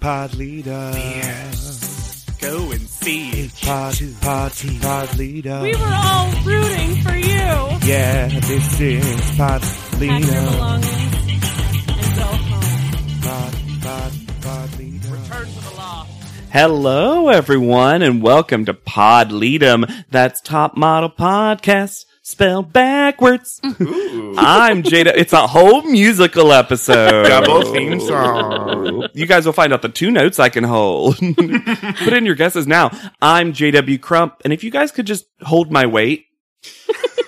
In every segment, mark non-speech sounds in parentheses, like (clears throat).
pod leader. Go and see. It's pod, pod, pod leader. We were all rooting for you. yeah, this is pod Pack your leader. belongings and go home. Pod, pod, pod leader. Turn to the law. Hello, everyone, and welcome to Pod Leadem. That's Top Model Podcast spelled backwards. I'm Jada. It's a whole musical episode. Double (laughs) theme song. You guys will find out the two notes I can hold. (laughs) Put in your guesses now. I'm JW Crump, and if you guys could just hold my weight. (laughs)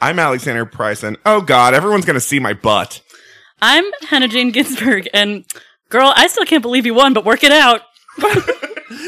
I'm Alexander Price, and oh god, everyone's gonna see my butt. I'm Hannah Jane Ginsburg, and girl, I still can't believe you won, but work it out.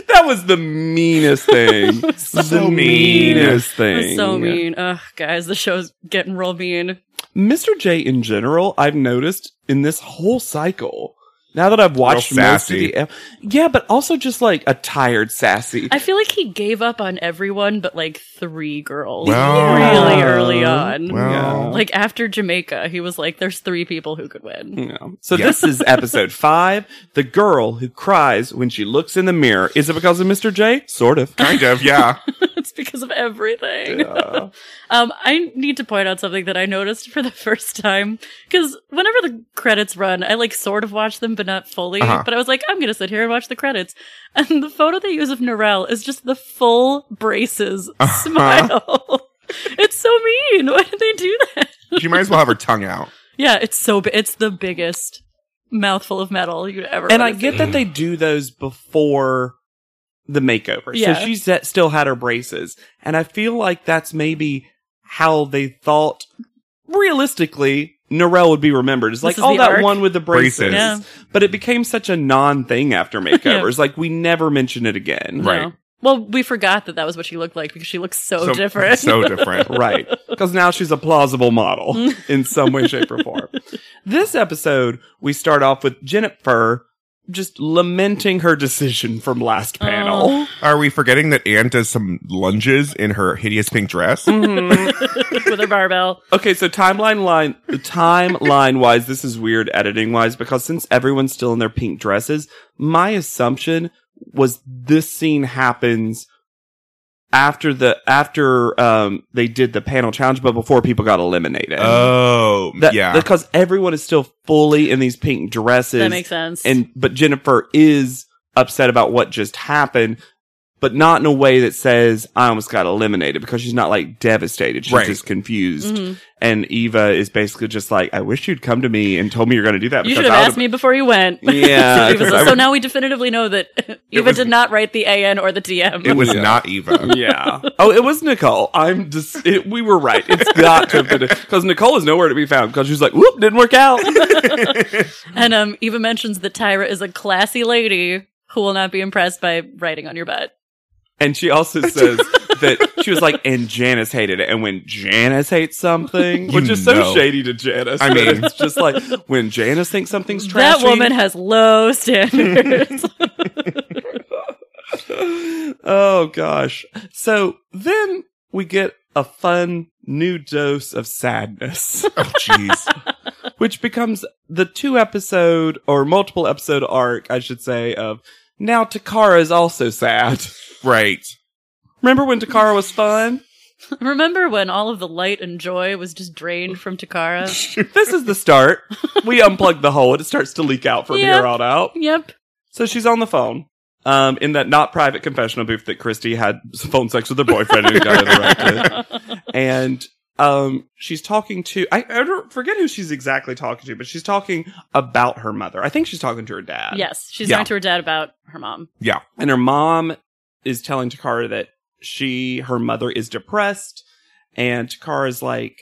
That was the meanest thing. (laughs) the mean. meanest It thing. was so mean. Ugh, guys, the show's getting real mean. Mr. J in general, I've noticed in this whole cycle. Now that I've watched Real most of sassy. the, ep- yeah, but also just like a tired sassy. (laughs) I feel like he gave up on everyone but like three girls Well. really early on. (laughs) Well. Like after Jamaica, he was like, there's three people who could win. Yeah. So this (laughs) is episode five. The girl who cries when she looks in the mirror. Is it because of Mr. J? Sort of. Kind of, yeah. (laughs) it's because of everything. (laughs) um, I need to point out something that I noticed for the first time because whenever the credits run, I like sort of watch them, but not fully. Uh-huh. But I was like, I'm gonna sit here and watch the credits, (laughs) and the photo they use of Norel is just the full braces Uh-huh. smile. (laughs) it's so mean. (laughs) Why did they do that? She might as well have her tongue out. Yeah, it's so. Bi- it's the biggest mouthful of metal you'd ever. And I wanna see. get that they do those before the makeover. Yeah. So she set, still had her braces. And I feel like that's maybe how they thought realistically Norel would be remembered. It's like, is oh, the that arc. one with the braces. Braces. Yeah. But it became such a non thing (laughs) after makeovers. Like, we never mention it again. No. Right. Well, we forgot that that was what she looked like because she looks so, So- different. (laughs) So different. right. Because now she's a plausible model in some way, shape, or form. This episode, we start off with Jennifer just lamenting her decision from last panel. Are we forgetting that Anne does some lunges in her hideous pink dress? Mm. Oh. (laughs) with her barbell. Mm-hmm. Okay, so timeline line timeline wise, this is weird editing wise because since everyone's still in their pink dresses, my assumption was this scene happens after the after um they did the panel challenge, but before people got eliminated. Oh, That- (laughs) yeah. because everyone is still fully in these pink dresses. That makes sense. And but Jennifer is upset about what just happened, but not in a way that says I almost got eliminated because she's not like devastated. She's Right. just confused. Mm-hmm. And Eva is basically just like, I wish you'd come to me and told me you're going to do that. You because should have I asked would've- me before you (laughs) went. Yeah, (laughs) so, Eva says- I would- so now we definitively know that (laughs) Eva was- did not write the AN or the DM. it was not Eva. Yeah. Oh, it was Nicole. I'm just. It, we were right. It's got to because Nicole is nowhere to be found because she's like, whoop, didn't work (laughs) out. (laughs) and um, Eva mentions that Tyra is a classy lady who will not be impressed by writing on your butt. And she (laughs) also says that she was like, and Janice hated it. And when Janice hates something, which is so know. shady to Janice, I but (laughs) mean- it's just like when Janice thinks something's That trashy. woman has low (laughs) standards. (laughs) (laughs) oh gosh. So then we get a fun new dose of (laughs) sadness, Oh, jeez. which becomes the two episode or multiple episode arc, I should say, of now Takara is also sad. (laughs) Right. Remember when Takara was fun? Remember when all of the light and joy was just drained from Takara? This is the start. We unplug the hole and it starts to leak out from Yeah. here on out. yep. (laughs) So she's on the phone. Um, in that not private confessional booth that Christy had phone sex with her boyfriend and got (laughs) interrupted. and um, she's talking to, I, I don't forget who she's exactly talking to, but she's talking about her mother. I think she's talking to her dad. Yes, she's Yeah. talking to her dad about her mom. Yeah. And her mom is telling Takara that she, her mother is depressed. And Takara's like,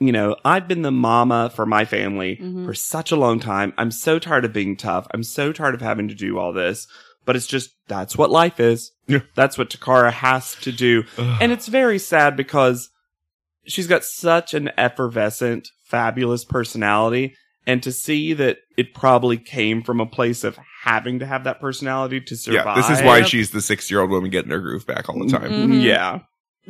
you know, I've been the mama for my family Mhm. for such a long time. I'm so tired of being tough. I'm so tired of having to do all this. But it's just that's what life is. Yeah. That's what Takara has to do. And it's very sad because she's got such an effervescent, fabulous personality. And to see that it probably came from a place of having to have that personality to survive. Mm-hmm. Yeah, this is why she's the six year old woman getting her groove back all the time. Mm. Mhm. Yeah.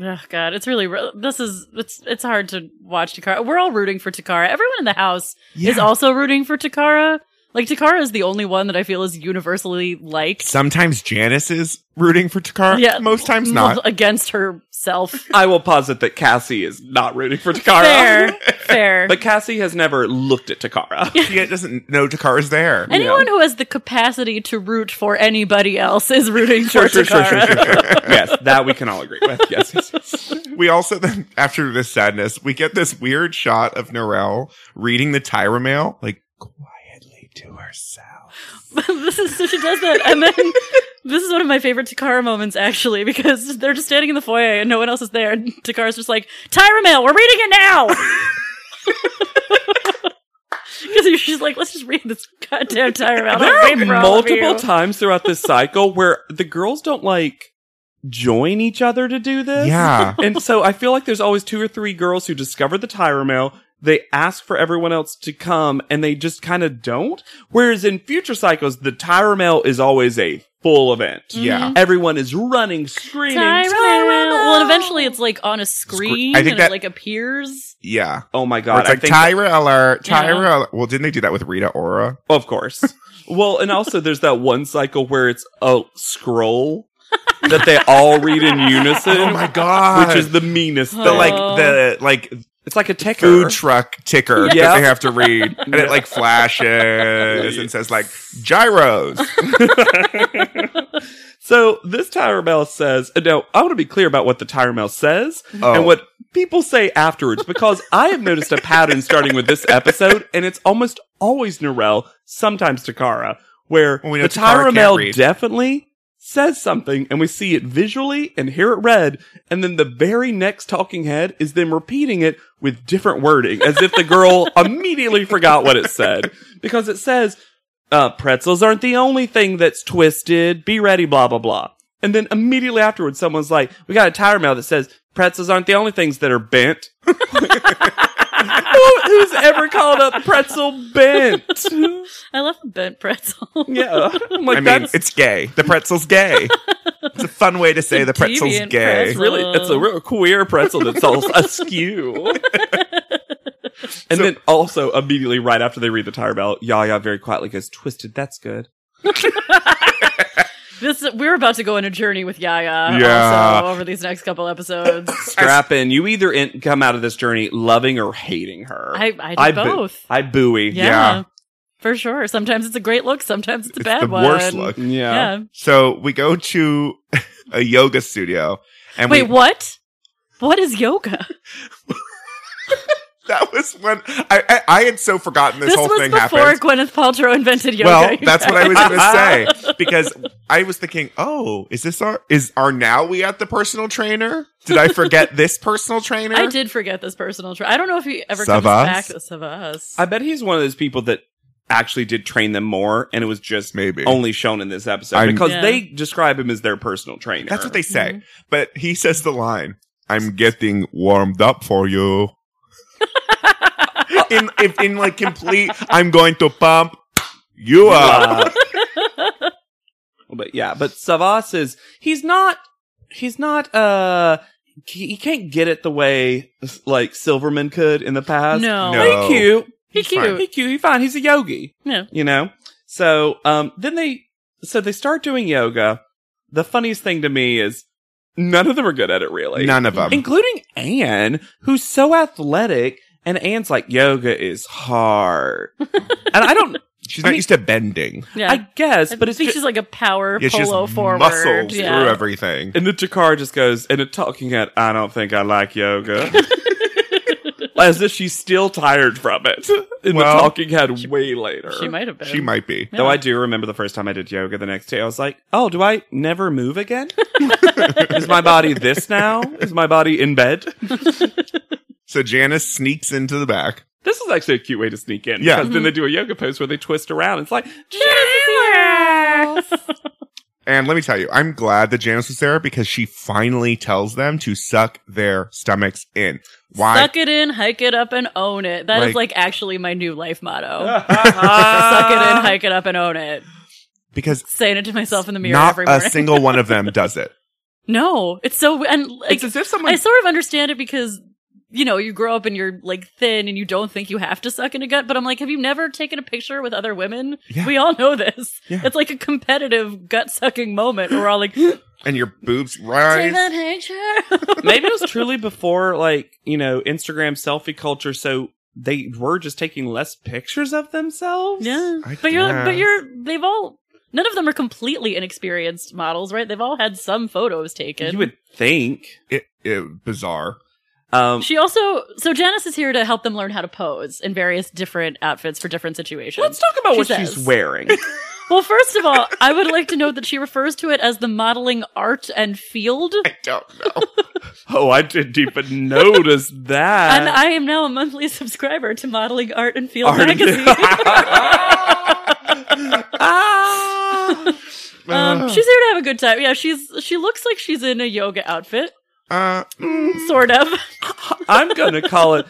Oh God, it's really re- this is it's it's hard to watch Takara. We're all rooting for Takara. Everyone in the house is also rooting for Takara. Like Takara is the only one that I feel is universally liked. Sometimes Janice is rooting for Takara. Yeah. Most times m- (laughs) not. against herself. I will posit that Cassie is not rooting for Takara. (laughs) fair, fair. But Cassie has never looked at (laughs) Takara. She doesn't know Takara's there. Anyone who has the capacity to root for anybody else is rooting for Takara. yes, that we can all agree with. Yes, yes, yes. We also then, (laughs) after this sadness, we get this weird shot of Norel reading the Tyra mail, like quietly to herself. (laughs) this is, so she does that, and then this is one of my favorite Takara moments, actually, because they're just standing in the foyer and no one else is there, and Takara's just like, "Tyra mail, we're reading it now." (laughs) Because she's like, "Let's just read this goddamn Tyra mail." There Don't wait are for all of multiple you." times throughout this cycle where the girls don't like join each other to do this. Yeah. (laughs) And so I feel like there's always two or three girls who discover the Tyra mail. They ask for everyone else to come and they just kind of don't. Whereas in future cycles, the Tyra mail is always a full event. Mm-hmm. Yeah. Everyone is running, screaming. Tyra "Tyra mail. mail!" Well, and eventually it's like on a screen, I think and it that- like appears. Yeah. Oh my Where God. it's I like think Tyra alert, Yeah. Tyra. alert. Well, didn't they do that with Rita Ora? Of (laughs) course. well, and also there's that one cycle where it's a scroll that they all read in unison, Oh (laughs) my god! which is the meanest the thing. like Oh. the like it's like a ticker. food truck ticker Yeah. that they have (laughs) to read, and it like flashes and says like (laughs) gyros. so this Tyra Bell says, uh, no, I want to be clear about what the Tyra Bell says Oh. and what people say afterwards, because (laughs) I have noticed a pattern starting with this episode, and it's almost always Narelle, sometimes Takara, where Well, we know the Takara Tyra can't Bell read. definitely says something, and we see it visually and hear it read, and then the very next talking head is them repeating it with different wording, as if the (laughs) girl immediately forgot what it said, because it says, uh, pretzels aren't the only thing that's twisted. Be ready, blah, blah, blah. And then immediately afterwards, someone's like, we got a tire mail that says pretzels aren't the only things that are bent. (laughs) Who- Who's ever called a pretzel bent? (laughs) I love a bent pretzel. (laughs) Yeah. I'm like, I mean, that's it's gay. The (laughs) pretzel's gay. it's a fun way to say the pretzel's deviant gay. pretzel. really, it's a real queer pretzel that's (laughs) all askew. and then also immediately right after they read the tire mail, Yaya very quietly goes, twisted, that's good. This we're about to go on a journey with Yaya Yeah. also over these next couple episodes. (laughs) Strap in. You either in- come out of this journey loving or hating her. I I do boo- both. I buoy. yeah, for sure. Sometimes it's a great look. Sometimes it's a It's bad the one. worst look. Yeah. So we go to (laughs) a yoga studio, and Wait, we, what? What is yoga? that was when I, I I had so forgotten this, This, whole was thing before happened. Gwyneth Paltrow invented yoga. (laughs) Well, you that's what guys. I was going (laughs) to say because I was thinking, oh, is this our is are now we at the personal trainer? Did (laughs) I forget this personal trainer? I did forget this personal. Tra- I don't know if he ever comes Savas? back. Savas. I bet he's one of those people that actually did train them more, and it was just Maybe. only shown in this episode I'm- because Yeah. they describe him as their personal trainer. That's what they say. Mm-hmm. But he says the line, "I'm getting warmed up (laughs) for you." in if, in like complete, I'm going to pump you up. Uh, but yeah, but Savas is he's not he's not uh he he can't get it the way like Silverman could in the past. No. No. but he cute. He's cute. He cute. He fine. He's a yogi. Yeah. You know? So, um, then they, so they start doing yoga. The funniest thing to me is none of them are good at it really. None of them. Including Anne, who's so athletic. And Anne's like, yoga is (laughs) hard. and I don't, She's I not mean- used to bending. yeah. I guess, I but it's think just, she's like a power It's just polo forward. muscles yeah. through everything. and the Takar just goes, and the talking head, I don't think I like (laughs) yoga. As if she's still tired from it. (laughs) In Well, the talking head way later. She might have been. She might be. Though I do remember the first time I did yoga the next day, I was like, oh, do I never move (laughs) again? Is my body this now? Is my body in bed? So Janice sneaks into the back. This is actually a cute way to sneak in. Yeah. Because then they do a yoga pose where they twist around. It's like, And let me tell you, I'm glad that Janice was there because she finally tells them to suck their stomachs in. Why? Suck it in, hike it up, and own it. That is Like- like, actually my new life motto. (laughs) (laughs) Suck suck it (laughs) in, hike it up, and own it. because Saying it to myself in the mirror not every a morning. single one (laughs) of them does it. no, it's so and like, It's as if someone I sort of understand it because you know you grow up and you're like thin and you don't think you have to suck in a gut. But I'm like, have you never taken a picture with other women? Yeah. We all know this. Yeah. It's like a competitive gut sucking moment. Where we're all like, And your boobs take rise. that picture. maybe it was truly before like you know instagram selfie culture so they were just taking less pictures of themselves (laughs) yeah, I but you're but guess. you're they've all. None of them are completely inexperienced models, right? They've all had some photos taken. you would think It, it bizarre. um She also so Janice is here to help them learn how to pose in various different outfits for different situations. let's talk about She what says. she's (laughs) wearing well, first of all, I would like to note that she refers to it as the modeling art and field. I don't know. oh i didn't even notice that and I am now a monthly (laughs) subscriber to Modeling Art and Field Art- magazine. (laughs) Ah. um, she's here to have a good time. Yeah, she's she looks like she's in a yoga outfit, Uh, mm, sort of. (laughs) (laughs) i'm gonna call it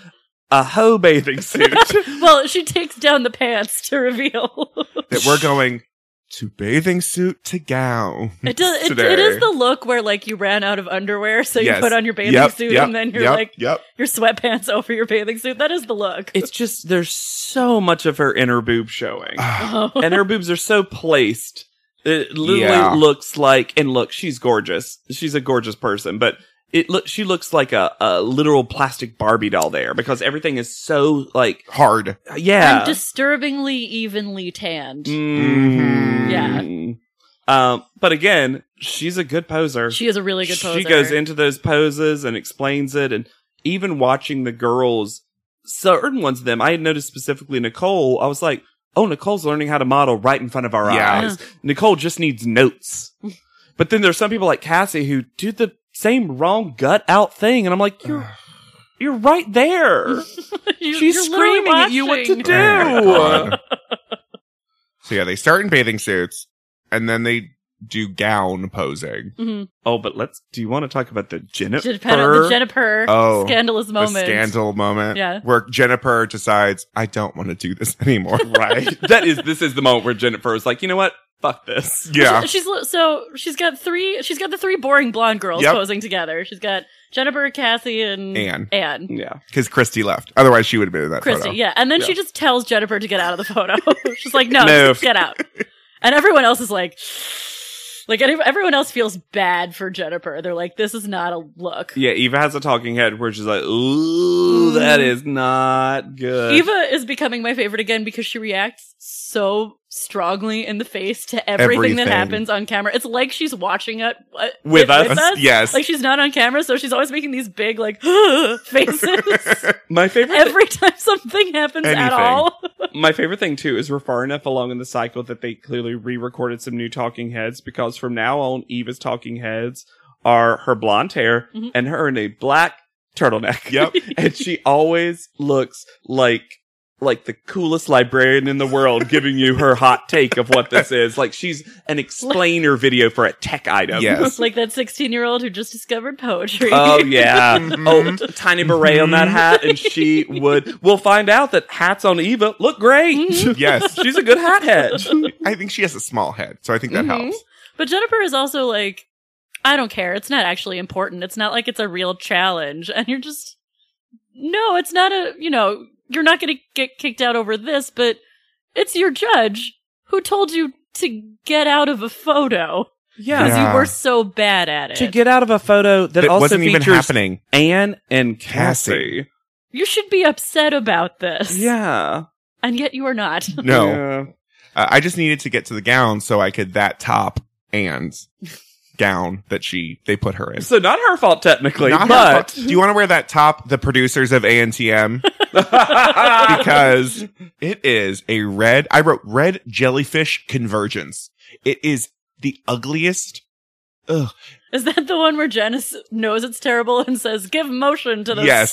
a hoe bathing (laughs) suit well, she takes down the pants to (laughs) reveal. that we're going to bathing suit to gown. it does. It, today. it is the look where like you ran out of underwear, so Yes. you put on your bathing Yep, suit, yep, and then you're yep, like yep. (sighs) your sweatpants (laughs) over your bathing suit. That is the look. it's just there's so much of her inner boob showing Oh. (laughs) and her boobs are so placed. It literally Yeah. looks like, and look, she's gorgeous. She's a gorgeous person, but it look she looks like a, a literal plastic Barbie doll there because everything is so like Hard. yeah, And disturbingly evenly tanned. Mm. Yeah. Um, but again, she's a good poser. She is a really good poser. She goes into those poses and explains it, and even watching the girls, certain ones of them, I had noticed specifically Nicole. I was like, "Oh, Nicole's learning how to model right in front of our Yeah. eyes." Nicole just needs (laughs) notes. but then there's some people like Cassie who do the same wrong gut out thing, and I'm like, "You're you're right there." (laughs) You- She's (laughs) you're literally screaming at you what to (laughs) watching. do. Oh my God. so yeah, they start in bathing suits and then they do gown posing. Mhm. oh, but let's. Do you want to talk about the Jennifer? Depend on the Jennifer Oh, scandalous moment. The scandal moment. Yeah. Where Jennifer decides, I don't want to do this (laughs) anymore. right? (laughs) that is. This is the moment where Jennifer was like, "You know what? Fuck this." yeah. She- She's li- so she's got three. She's got the three boring blonde girls Yep. posing together. She's got Jennifer, Cassie, and Anne. Anne. Yeah. Because Christy left. Otherwise, she would have been in that Christy, photo. yeah, and then Yeah. she just tells Jennifer to get out of (laughs) the photo. (laughs) she's like, "No, Move. get out." And everyone else is like, (sighs) like any- everyone else feels bad for Jennifer. They're like, "This is not a look." Yeah, Eva has a talking head where she's like, "Ooh, that is not Uh, good." Eva is becoming my favorite again because she reacts so strongly in the face to everything, Everything. that happens on camera. It's like she's watching it uh, With us? Yes. Like she's not on camera, so she's always making these big like (gasps) (laughs) faces my favorite, every time something happens at Anything. all. my favorite thing too is we're far enough along in the cycle that they clearly re-recorded some new talking heads because from now on, Eva's talking heads are her blonde hair Mhm. and her in a black turtleneck. Yep. (laughs) and she always looks like like the coolest librarian in the world giving you her hot take of what this is. Like she's an explainer video for a tech item. (laughs) Yes. like that 16-year-old who just discovered poetry. (laughs) Oh yeah. Mhm. Oh, t- tiny beret on that hat, and she Mm-hmm. (laughs) would. We'll find out that hats on Eva look great. Mhm. (laughs) (laughs) yes. (laughs) She's a good hat (laughs) head. I think she has a small head, so I think that Mhm. helps. But Jennifer is also like, I don't care. It's not actually important. It's not like it's a real challenge. And you're just, no, it's not a, you know, you're not going to get kicked out over this, but it's your judge who told you to get out of a photo because Yeah. Yeah. you were so bad at it. To get out of a photo that That also wasn't even features (laughs) happening. Anne and Cassie. you should be upset about this. Yeah. And yet you are not. (laughs) No. Yeah. Uh, I just needed to get to the gown so I could that top and gown that she they put her in. So not her fault technically, Not her but fault. do you want to wear that top? The producers (laughs) of ANTM because it is a red. I wrote red jellyfish convergence. It is the ugliest. Ugh, Is that the one where Janice knows it's terrible and says, "Give motion to the Yes,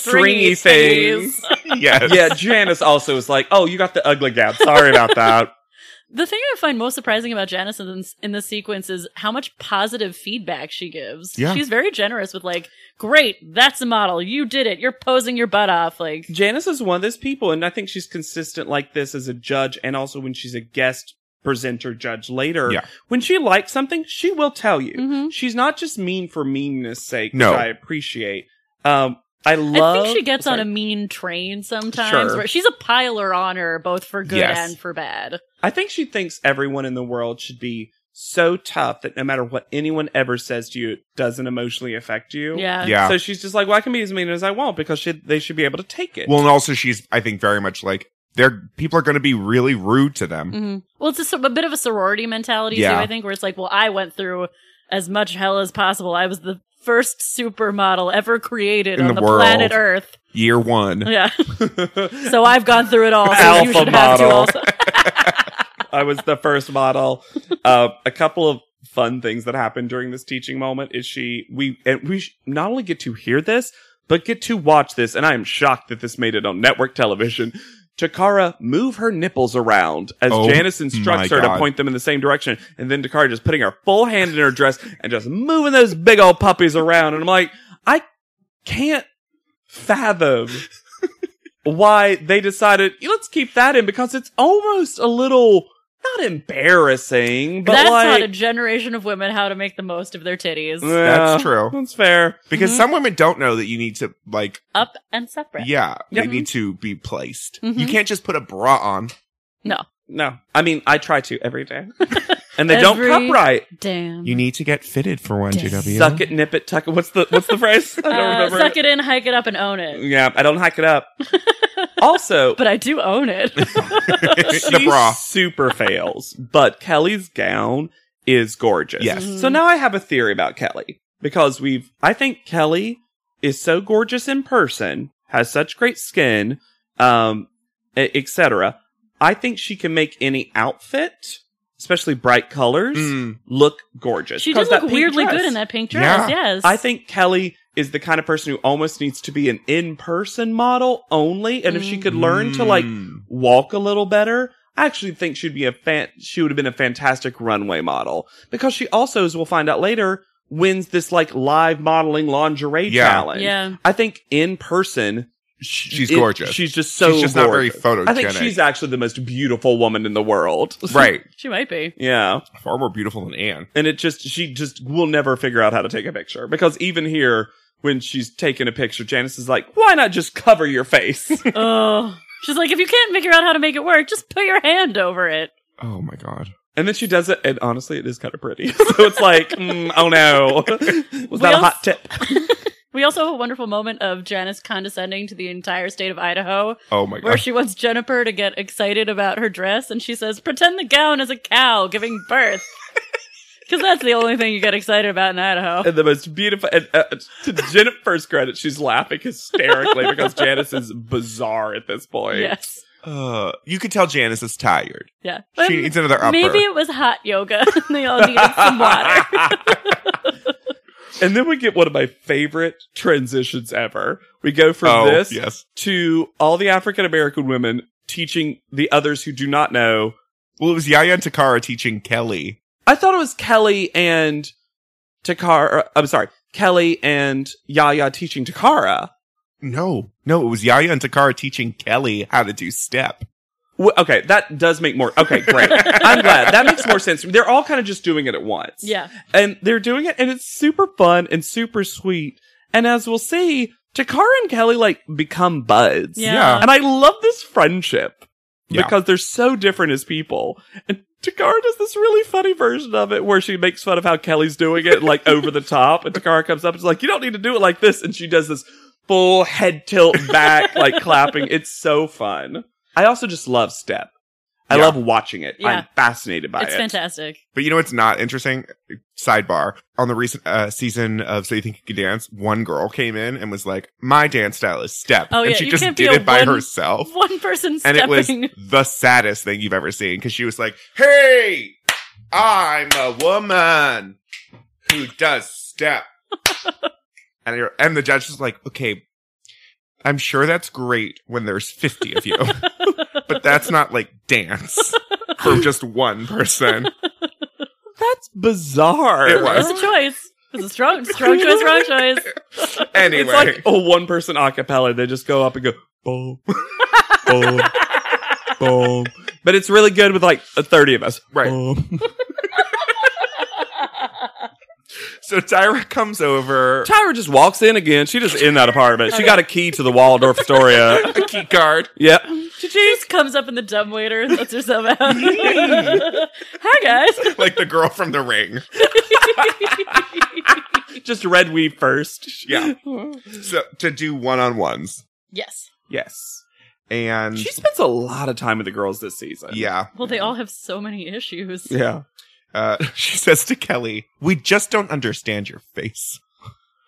stringy stringy, things." things. Yes. (laughs) yeah, Janice also is like, "Oh, you got the ugly gap. Sorry about that." The thing I find most surprising about Janice in this, in this sequence is how much positive feedback she gives. Yeah. She's very generous with like, great, that's a model. You did it. You're posing your butt off. Like, Janice is one of those people, and I think she's consistent like this as a judge, and also when she's a guest presenter judge later. Yeah. When she likes something, she will tell you. Mhm. She's not just mean for meanness' sake, No. which I appreciate. Um, I I love. think she gets sorry. on a mean train sometimes. Sure. Where she's a piler on her, both for good Yes. and for bad. I think she thinks everyone in the world should be so tough that no matter what anyone ever says to you, it doesn't emotionally affect you. Yeah. Yeah. So she's just like, well, I can be as mean as I want because she, they should be able to take it. (laughs) well, and also she's I think very much like they're people are going to be really rude to Mm-hmm. them. hmm Well, it's a, sor- a bit of a sorority mentality Yeah. too. I think where it's like, well, I went through as much hell as possible. I was the first supermodel ever created In on the the, planet world. Earth. Year one. Mm-hmm. (laughs) Yeah. So I've gone through it all. So you Alpha should have to model. also. (laughs) I was the first model. Uh, a couple of fun things that happened during this teaching moment is she we and we sh- not only get to hear this but get to watch this, and I am shocked that this made it on network television. Takara move her nipples around as Oh Janice instructs my her God. to point them in the same direction, and then Takara just putting her full hand in her dress and just moving those big old puppies around, and I'm like, I can't fathom why they decided "Yeah, let's keep that in because it's almost a little not embarrassing, but That's taught a like generation of women how to make the most of their titties. Yeah, That's true. That's fair. Because some women don't know that you need to like Up and separate. yeah, they Yep. Mm-hmm. need to be placed. Mhm. You can't just put a bra on. No, I mean I try to every (laughs) day, and they Every- don't cup right. Damn. You need to get fitted for one Yes. GW. Mm-hmm. Suck it, nip it, tuck it. What's the what's the phrase? I don't Uh, remember. Suck it in, hike it up, and own it. Yeah, I don't hack it (laughs) up. also, But I do (laughs) own it. (laughs) (laughs) (laughs) the she bra. super fails, but Kelly's gown is gorgeous. Yes. Mhm. So now I have a theory about Kelly because we've, I think Kelly is so gorgeous in person, has such great skin, um, etc. I think she can make any outfit, especially bright colors, Mm. look gorgeous. she 'Cause did look that pink weirdly dress- good in that pink dress. Yeah. Yes. I think Kelly is the kind of person who almost needs to be an in-person model only, and if she could learn to like Mm. walk a little better. I actually think she'd be a fan. She would have been a fantastic runway model because she also, as we'll find out later, wins this like live modeling lingerie Yeah. challenge. Yeah. I think in person, she's it- gorgeous. She's just so. She's just not very gorgeous. I think photogenic. she's actually the most beautiful woman in the world. (laughs) right. She might be. Yeah. Far more beautiful than Anne. And it just, she just will never figure out how to take a picture because even here, when she's taking a picture, Janice is like, why not just cover your face? (laughs) Oh. She's like, if you can't figure out how to make it work, just put your hand over it. Oh my god. And then she does it, and honestly, it is kind of pretty. (laughs) so it's like, mm, oh no, was that a Well- hot tip? We also have a wonderful moment of Janice condescending to the entire state of Idaho, Oh my where god. she wants Jennifer to get excited about her dress, and she says, pretend the gown is a cow giving (laughs) birth. Because that's the only thing you get excited about in Idaho. And the most beautiful. And uh, to Jennifer's credit, she's laughing hysterically because Janice is bizarre at this point. Yes. Uh, you could tell Janice is tired. Yeah. She Um, needs another upper. Maybe it was hot yoga (laughs) and they all needed some (laughs) water. and then we get one of my favorite transitions ever. We go from oh, this yes. to all the African American women teaching the others who do not know. Well, it was Yaya and Takara teaching Kelly. I thought it was Kelly and Takara. I'm sorry, Kelly and Yaya teaching Takara. No, no, it was Yaya and Takara teaching Kelly how to do step. W- okay, that does make more. Okay, great. I'm glad that makes more sense. They're all kind of just doing it at once. Yeah. and they're doing it, and it's super fun and super sweet. And as we'll see, Takara and Kelly like become buds. Yeah. (laughs) and I love this friendship Yeah. because they're so different as people. And Takara does this really funny version of it where she makes fun of how Kelly's doing it, like over the top. And Takara comes up and is like, "You don't need to do it like this," and she does this full head tilt back, like clapping. It's so fun. I also just love step. I Yeah. love watching it. Yeah. I'm fascinated by it's it. fantastic. But you know what's not interesting? Sidebar. On the recent uh, season of So You Think You Could Dance, one girl came in and was like, My dance style is step. Oh, and yeah, she you just can't be did a it by one- herself. One person And it was (laughs) stepping. the saddest thing you've ever seen because she was like, Hey, I'm a woman who does step. and, you're, and the judge is like, okay, I'm sure that's great when there's 50 of you, but that's not like dance for just one person. That's bizarre. It was. It's a choice. It's a (laughs) strong, strong choice, wrong choice. Anyway. It's like Oh. a one person a cappella. They just go up and go boom, boom, boom. But it's really good with like a 30 of us. Right. Boom. so Tyra comes over, Tyra just walks in again. She just in that apartment. She got a key to the Waldorf Astoria. a key card. Yeah. She just comes up in the dumbwaiter and lets herself out. (laughs) (laughs) Hi, guys. (laughs) like the girl from the ring. Just red weave first. Yeah. So to do one on ones. yes. Yes. And She spends a lot of time with the girls this season. yeah. Well, they all have so many issues. Yeah. Uh, (laughs) she says to Kelly, We just don't understand your face.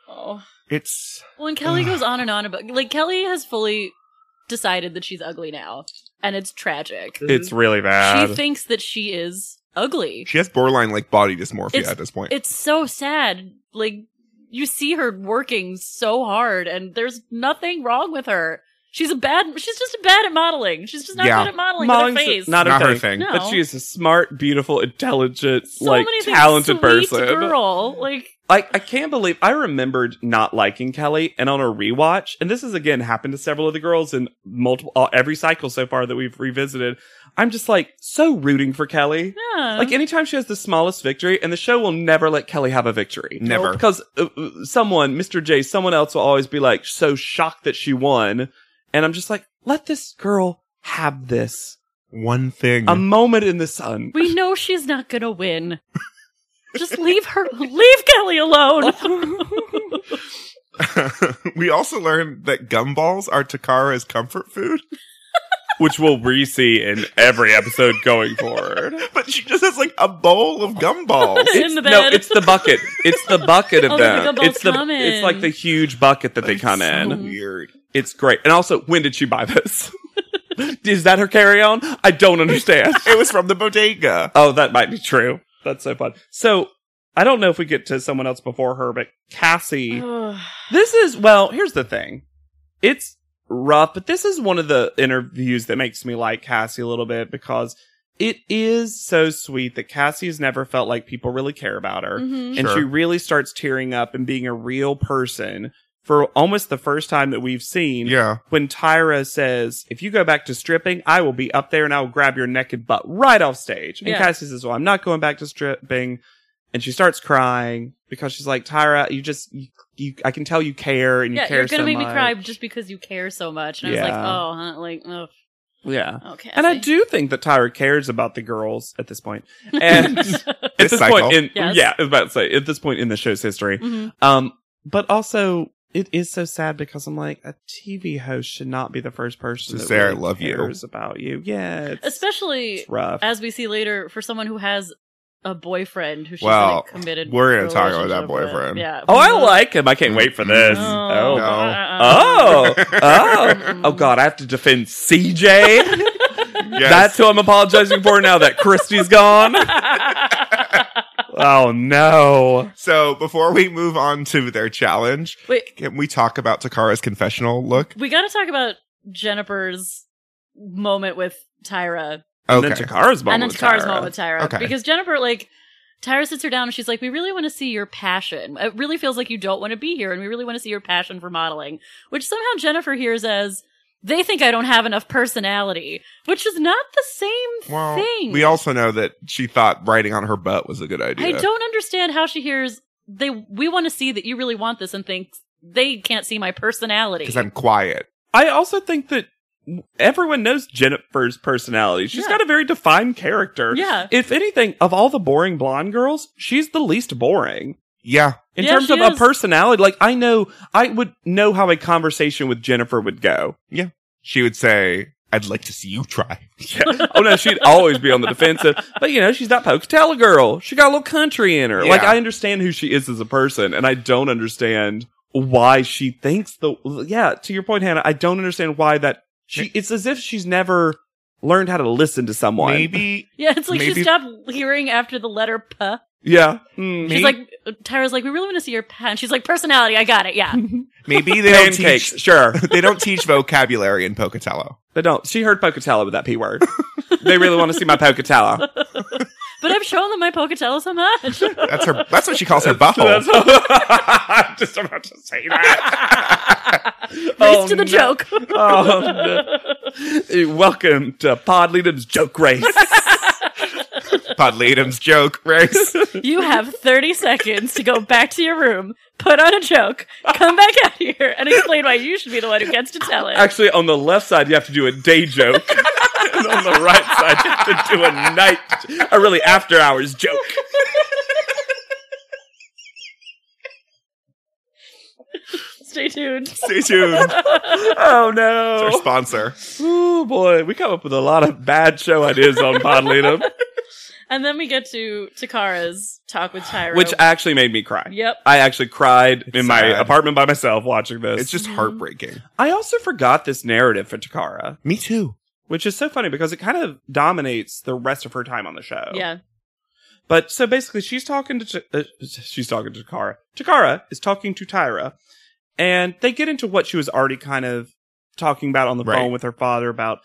Oh. It's When Kelly goes on and on about, like, Kelly has fully decided that she's ugly now, and it's tragic. It's really bad. She thinks that she is ugly. she has borderline like body dysmorphia It's- at this point. It's so sad. Like, you see her working so hard, and there's nothing wrong with her. She's a bad, she's just bad at modeling. She's just not Yeah. good at modeling Modeling's with her face. Not, Not her her thing. thing. No. But she is a smart, beautiful, intelligent, so like many things, talented sweet person. girl. Like, I, I can't believe I remembered not liking Kelly, and on a rewatch, and this has again happened to several of the girls in multiple all, every cycle so far that we've revisited. I'm just like so rooting for Kelly. yeah. Like anytime she has the smallest victory, and the show will never let Kelly have a victory. Never. because uh, uh, someone, Mr. J, someone else will always be like so shocked that she won, and I'm just like, let this girl have this One thing. Um, a moment in the sun. We know she's not gonna win. Just leave her, leave (laughs) Kelly alone. (laughs) (laughs) Mm-hmm. we also learned that gumballs are Takara's (laughs) comfort food, which we'll re-see in every episode going forward. but she just has like a bowl of (laughs) gumballs. In It's- the No, bed. it's the bucket. It's the bucket of Oh, the them. gumballs It's the come in. it's like the huge bucket that they It's come so in. Weird. It's great. And also, when did she buy this? (laughs) Is that her carry-on? I don't understand. It was from the bodega. oh, that might be true. That's so fun. So I don't know if we get to someone else before her, but Cassie. Oh. This is well, here's the thing. It's rough, but this is one of the interviews that makes me like Cassie a little bit because it is so sweet that Cassie has never felt like people really care about her. Mhm. And Sure. she really starts tearing up and being a real person for almost the first time that we've seen Yeah. when Tyra says, If you go back to stripping, I will be up there and I will grab your naked butt right off stage. And Yeah. Cassie says, Well, I'm not going back to stripping. And she starts crying because she's like, Tyra, you just, you, you I can tell you care and you Yeah, care you're gonna so make much. me cry just because you care so much. And Yeah. I was like, oh, huh, like, Yeah. oh, okay. And I (laughs) do (laughs) think that Tyra cares about the girls at this point. And at This this cycle. point in, Yes. yeah, I was about to say, at this point in the show's history. Mhm. Um, but also it is so sad because I'm like a TV host should not be the first person To that say, really "I love you." cares about you. Yeah, it's, Especially it's rough. as we see later, for someone who has a boyfriend who she's Well, like, committed. we're gonna talk about that relationship with. boyfriend. Yeah. Mm-hmm. oh, I like him. I can't wait for this. Oh. Oh, No. oh, (laughs) oh, oh, God! I have to defend CJ. Yes. That's who I'm apologizing for now that Christy's gone. (laughs) oh no! so before we move on to their challenge, (laughs) Wait, can we talk about Takara's confessional look? we gotta talk about Jennifer's moment with Tyra. And Okay. then Takara's mom. and then was Takara's Tyra. moment with Tyra. Okay. Because Jennifer, like, Tyra sits her down and she's like, We really want to see your passion. It really feels like you don't want to be here, and we really want to see your passion for modeling, which somehow Jennifer hears as, They think I don't have enough personality, which is not the same well, thing. we also know that she thought writing on her butt was a good idea. I don't understand how she hears, they. We want to see that you really want this and thinks they can't see my personality. because I'm quiet. I also think that everyone knows Jennifer's personality. She's Yeah. got a very defined character. Yeah. If anything, of all the boring blonde girls, she's the least boring. Yeah. In Yeah, terms she of a is. personality, like I know I would know how a conversation with Jennifer would go. She would say, I'd like to see you try. Yeah. oh no, she'd always be on the defensive. But you know, she's not Pocatello girl. She got a little country in her. Like Yeah. I understand who she is as a person, and I don't understand why she thinks the yeah. To your point, Hannah, I don't understand why that she. It's as if she's never learned how to listen to someone. Maybe yeah, it's like Maybe- she stopped hearing after the letter P. Yeah. Mm. She's Me? like, Tyra's like, we really want to see your pen. She's like, personality. I got it. Yeah. Maybe (laughs) they don't Pancakes, teach. sure. (laughs) They don't teach vocabulary in Pocatello. They don't. She heard Pocatello with that P (laughs) word. they really want to see my Pocatello. But I've shown them my Pocatello (laughs) so much. That's her. (laughs) That's what she calls her butthole. That's all. I'm just about to say that. Race to the joke. Oh, no. Welcome to Pod Leadum's Joke Race. Podletum's joke (laughs) race. You have 30 seconds to go back to your room, put on a joke, come back out here, and explain why you should be the one who gets to tell it. Actually, on the left side, you have to do a day joke. (laughs) and on the right side, you have to do a night, a really after hours joke. Stay tuned. Stay tuned. Oh, It's no. our sponsor. Oh, boy. We come up with a lot of bad show ideas on Pod (laughs) Leadum, And then we get to Takara's talk with Tyra. which actually made me cry. Yep. I actually cried in my sad. apartment by myself watching this. It's Mm-hmm. just heartbreaking. I also forgot this narrative for Takara, Me too. which is so funny because it kind of dominates the rest of her time on the show. Yeah. But so basically, she's talking to Ch- uh, she's talking to Takara. Takara is talking to Tyra, and they get into what she was already kind of talking about on the Right. phone with her father about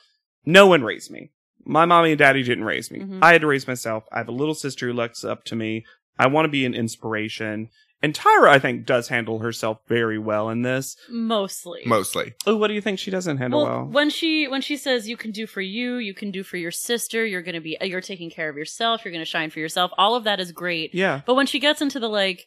no one raised me. My mommy and daddy didn't raise me. Mhm. I had to raise myself. I have a little sister who looks up to me. I want to be an inspiration. And Tyra, I think, does handle herself very well in this. Mostly. Mostly. Oh, what do you think she doesn't handle Well, well? when she when she says you can do for you, you can do for your sister, you're going to be you're taking care of yourself, you're going to shine for yourself. All of that is great. Yeah. But when she gets into the like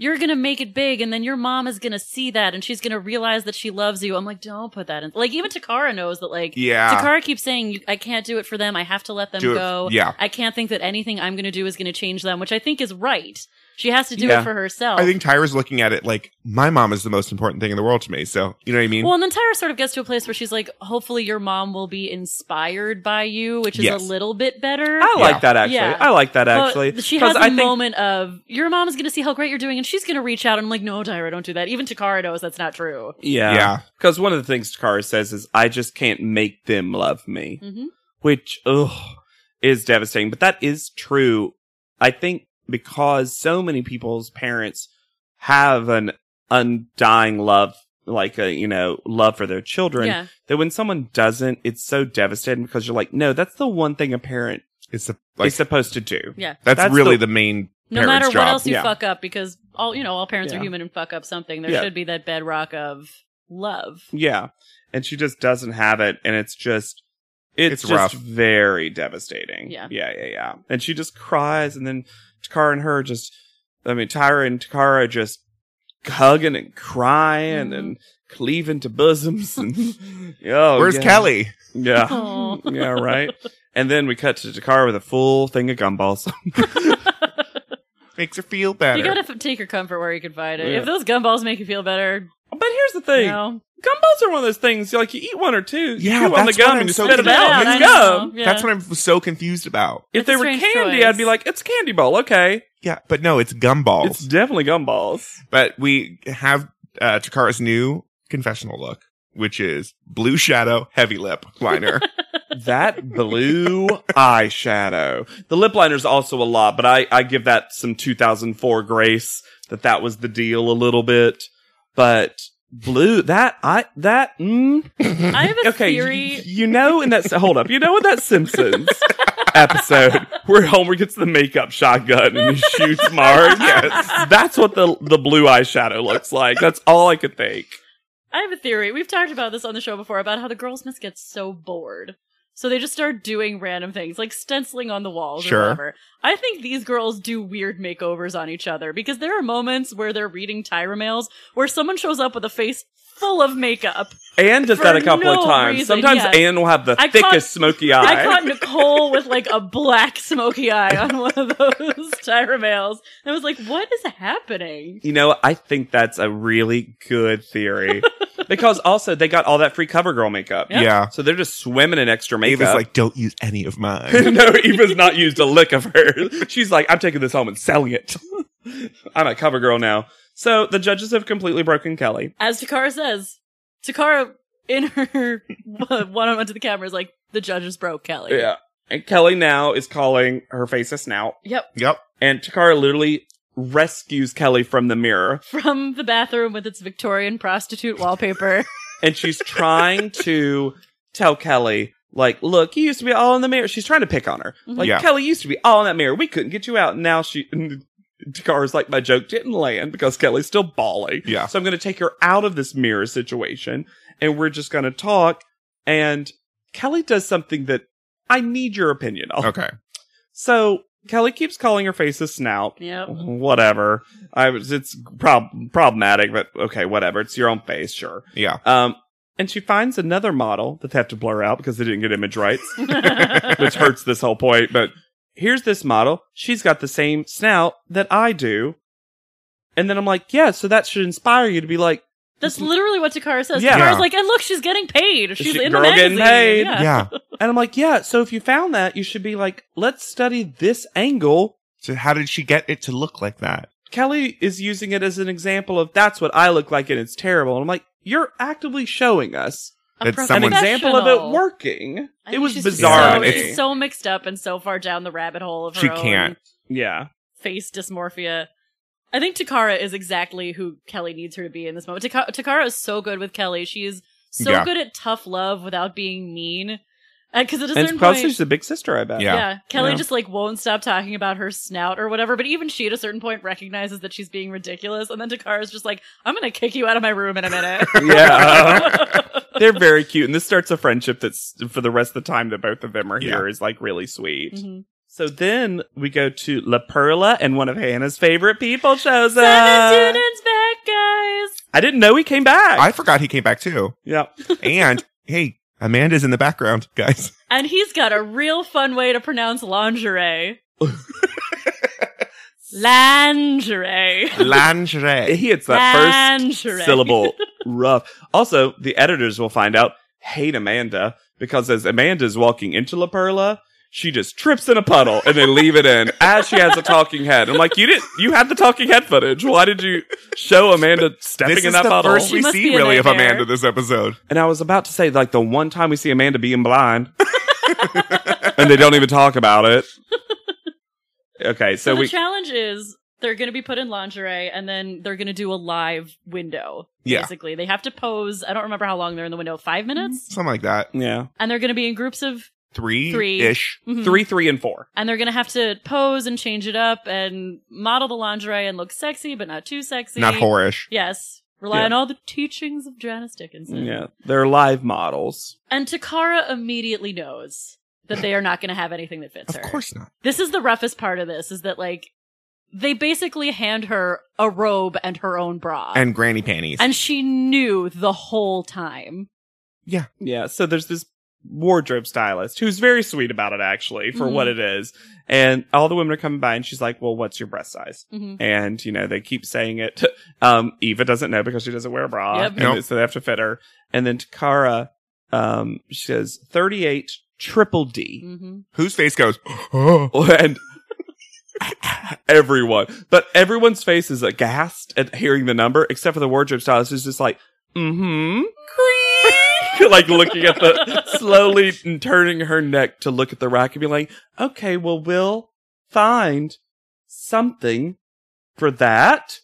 you're going to make it big and then your mom is going to see that and she's going to realize that she loves you. I'm like, "Don't put that in." Like even Takara knows that like Yeah. Takara keeps saying "You- I can't do it for them. I have to let them Do it- go. yeah. I can't think that anything I'm going to do is going to change them, which I think is right. She has to do Yeah. it for herself. I think Tyra's looking at it like my mom is the most important thing in the world to me. So you know what I mean? Well, and then Tyra sort of gets to a place where she's like, hopefully your mom will be inspired by you, which is Yes. a little bit better. I like that actually. Yeah. I like that But actually. she 'Cause has a I think moment of your mom is going to see how great you're doing, and she's going to reach out. And I'm like, no, Tyra, don't do that. Even Takara knows that's not true. Yeah. Yeah. Because one of the things Takara says is, I just can't make them love me, hmm which, ugh, is devastating. But that is true. I think because so many people's parents have an undying love, like a, you know, love for their children, Yeah, that when someone doesn't, it's so devastating because you're like, no, that's the one thing a parent it's a, like is supposed to do. yeah. that's, that's really the- the, main. No parent's matter what job. else you Yeah. fuck up, because all you know, all parents Yeah. are human and fuck up something. There Yeah. should be that bedrock of love. (laughs) Yeah. And she just doesn't have it. And it's just, it's, It's just rough. very devastating. Yeah. Yeah. Yeah. Yeah. And she just cries. And then Takara and her just, I mean, Tyra and Takara just hugging and crying Mhm. and cleaving to bosoms. And, (laughs) (laughs) oh, Where's yeah. Kelly? Yeah. Aw. yeah. Right. And then we cut to Takara with a full thing of gumballs. (laughs) Makes her feel better. You gotta f- take your comfort where you can find it. Yeah. If those gumballs make you feel better, but here's the you thing know, gumballs are one of those things, like, you eat one or two, Yeah, you chew on the that's what gum I'm and you so spit it confused out. about. It's I gum. know. Yeah. That's what I'm so confused about. If It's they a were strange candy, choice. I'd be like, it's candy ball, okay. Yeah, but no, it's gumballs. It's definitely gumballs. but we have uh, Takara's new confessional look, which is blue shadow heavy lip liner. That blue (laughs) eyeshadow. The lip liner's also a lot, but I, I give that some 2004 grace that that was the deal a little bit. But blue, that, I, that, mm, (laughs) I have a okay. theory. You, you know, in that, hold up, you know, in that Simpsons episode where Homer gets the makeup shotgun and he shoots (laughs) Marge. Yes. That's what the, the blue eyeshadow looks like. That's all I could think. I have a theory. We've talked about this on the show before about how the girls must get so bored. So they just start doing random things, like stenciling on the walls Sure. or whatever. I think these girls do weird makeovers on each other because there are moments where they're reading Tyra mails where someone shows up with a face full of makeup. Anne does For that a couple of no times. reason, Sometimes yeah. Anne will have the I caught- thickest smoky eye. I caught Nicole with like a black smoky eye on one of those (laughs) Tyra mails. I was like, what is happening? you know, I think that's a really good (laughs) theory because also they got all that free cover girl makeup. (laughs) Yeah. Yeah. So they're just swimming in extra makeup. Ava's like, don't use any (laughs) (laughs) of mine. no, Eva's not used a lick of (laughs) hers. She's like, I'm taking this home and selling it. (laughs) I'm a cover girl now. So the judges have completely broken Kelly. As Takara says, Takara in her (laughs) one on one to the camera is like, the judges broke Kelly. Yeah. And Kelly now is calling her face a snout. Yep. yep. and Takara literally rescues Kelly from the mirror, (laughs) From the bathroom with its Victorian (laughs) prostitute wallpaper. and she's trying to tell Kelly, like, look, you used to be all in the mirror. She's trying to pick on her. Mhm. Like, Yeah. Kelly used to be all in that mirror. We couldn't get you out. And now she, (laughs) and Takara's like, my joke didn't land because Kelly's still bawling. Yeah. So I'm going to take her out of this mirror situation and we're just going to talk. And Kelly does something that I need your opinion on. Okay. So Kelly keeps calling her face a snout yep. whatever. I was, it's prob- problematic, but okay, whatever. It's your own face, sure. Yeah. Um, and she finds another model that they have to blur out because they didn't get image (laughs) rights, which hurts this whole point. But here's this model. She's got the same snout that I do. And then I'm like, yeah, so that should inspire you to be like, That's literally what Takara says. Yeah. Takara's like, and look, she's getting paid. She's She- in the girl getting magazine. paid. Yeah. Yeah. and I'm like, yeah, so if you found that, you should be like, let's study this angle So how did she get it to look like that? Kelly is using it as an example of that's what I look like and it's terrible. And I'm like, you're actively showing us A That's an Someone- example of it professional. working. I It think was she's bizarre. So, to me. she's so mixed up and so far down the rabbit hole of her She own can't. yeah. face dysmorphia. I think Takara is exactly who Kelly needs her to be in this moment. Taka- Takara is so good with Kelly. She is so Yeah. good at tough love without being mean. Because at a And it's certain because point, she's a big sister, I bet. Yeah. yeah. Kelly Yeah. just like won't stop talking about her snout or whatever. But even she at a certain point recognizes that she's being ridiculous, and then Takara's just like, "I'm gonna kick you out of my room in (laughs) a minute." Yeah. They're very cute. And this starts a friendship that's for the rest of the time that both of them are Yeah. here is like really sweet. (laughs) Mhm. So then we go to La Perla and one of Hannah's favorite people shows Seven up. students back, guys. I didn't know he came back. I forgot he came back (laughs) too. yeah. And hey, Amanda's in the background, (laughs) guys. And he's got a real fun way to (laughs) pronounce lingerie. lingerie. Lingerie. He hits that first lingerie. (laughs) syllable rough. Also, the editors will find out hate Amanda because as Amanda's walking into La Perla, she just trips in a puddle and they leave it (laughs) in as she has a talking head. I'm like, you didn't, you had the talking head footage. Why did you show Amanda stepping This in is that the puddle? first She we must be see a really of nightmare. Amanda this episode. and I was about to say, like, the one time we see Amanda being blind and they don't even talk about (laughs) it. Okay, So, so, the we, challenge is they're going to be put in lingerie and then they're going to do a live window. Yeah. Basically, they have to pose. I don't remember how long they're in the window, five minutes? Something like that. yeah, And they're going to be in groups of. Three Three. ish. Mhm. three, three, and four. And they're going to have to pose and change it up and model the lingerie and look sexy, but not too sexy. Not whorish. Yes. Rely Yeah. on all the teachings of Janice Dickinson. Yeah, they're live models. And Takara immediately knows that they are not going to have anything that fits Of her. course not. This is the roughest part of this is that like they basically hand her a robe and her own bra. And granny panties. Uh, and she knew the whole time. Yeah, so there's this wardrobe stylist who's very sweet about it actually for Mhm. what it is. And all the women are coming by and she's like, "Well, what's your breast size?" hmm And you know, they keep saying it. (laughs) Um Eva doesn't know because she doesn't wear a bra. Yep. And Nope. so they have to fit her. And then Takara um she says 38 triple D. hmm Whose (gasps) face goes, (gasps) oh. And (laughs) everyone, but everyone's face is aghast at hearing the number except for the wardrobe stylist who's just like, "Mhm." (laughs) like looking at the slowly turning her neck to look at the rack and be like, okay, well, we'll find something for that.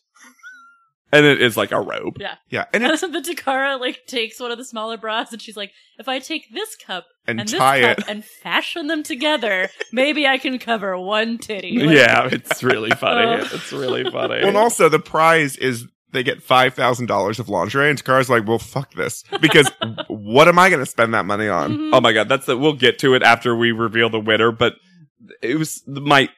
And it is like a robe. Yeah. (laughs) And, And it, so the Takara like takes one of the smaller bras and she's like, if I take this cup and, and, this tie cup it. and fashion them (laughs) together, maybe I can cover one titty. Like, Yeah, it's really funny. Oh. It's really funny. Well, and also the prize is they get five thousand dollars of lingerie, and Takara's like, "Well, fuck this," (laughs) because what am I going to spend that money on? mhm. Oh my god, that's the we'll get to it after we reveal the winner, but it was my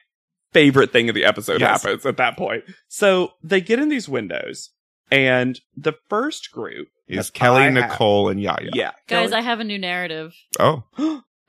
favorite thing of the episode Yes. happens at that point. So they get in these windows, and the first group Is that Kelly, I have- Nicole, and Yaya? Yeah, Guys, I have a new narrative. Oh,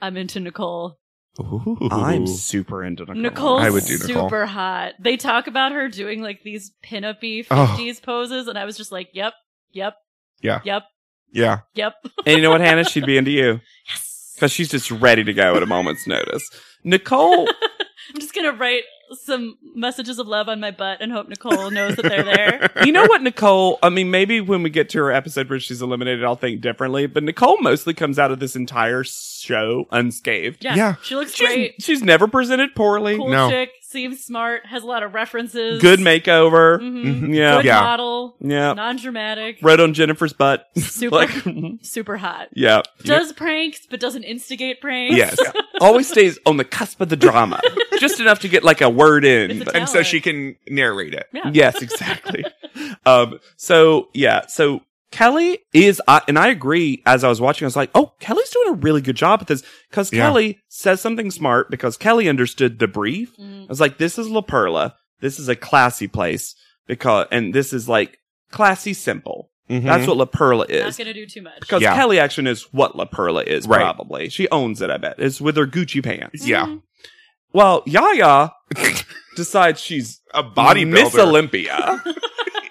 I'm into Nicole. Ooh. I'm super into Nicole. Nicole's I would do Nicole. super hot. They talk about her doing like these pin-up-y 50s Oh. poses, and I was just like, yep, yep, Yeah. yep, yeah. yep. And you know what, Hannah? She'd be into you Yes. because she's just ready to go at a moment's notice. Nicole, I'm just gonna write some messages of love on my butt and hope Nicole knows that they're (laughs) there. you know what, Nicole? I mean, maybe when we get to her episode where she's eliminated, I'll think differently. But Nicole mostly comes out of this entire show unscathed. Yeah, Yeah. she looks She's, great. she's never presented poorly. Cool No. chick, seems smart, has a lot of references. Good makeover. Yeah. Mhm. Good Mm-hmm. Yeah. model. Yeah. Non-dramatic. Right on Jennifer's butt. Super, like, super hot. yeah. Does pranks, but doesn't instigate pranks. (laughs) Yes. Always stays on the cusp of the drama, just enough to get like a word in. It's a but- talent. and so she can narrate it. Yeah. yes, exactly. um, so yeah, so Kelly is, I and I agree. As I was watching, I was like, "Oh, Kelly's doing a really good job at this," because Yeah. Kelly says something smart because Kelly understood the brief. I Mm. was like, "This is La Perla. This is a classy place because, and this is like classy simple. That's what La Perla Not is." gonna do too much. Mm-hmm. Because Yeah. Kelly actually knows what La Perla is, Right. probably. She owns it, I bet. It's with her Gucci pants. yeah. Mhm. Well, (laughs) Yaya decides she's a bodybuilder. Miss (laughs) Olympia.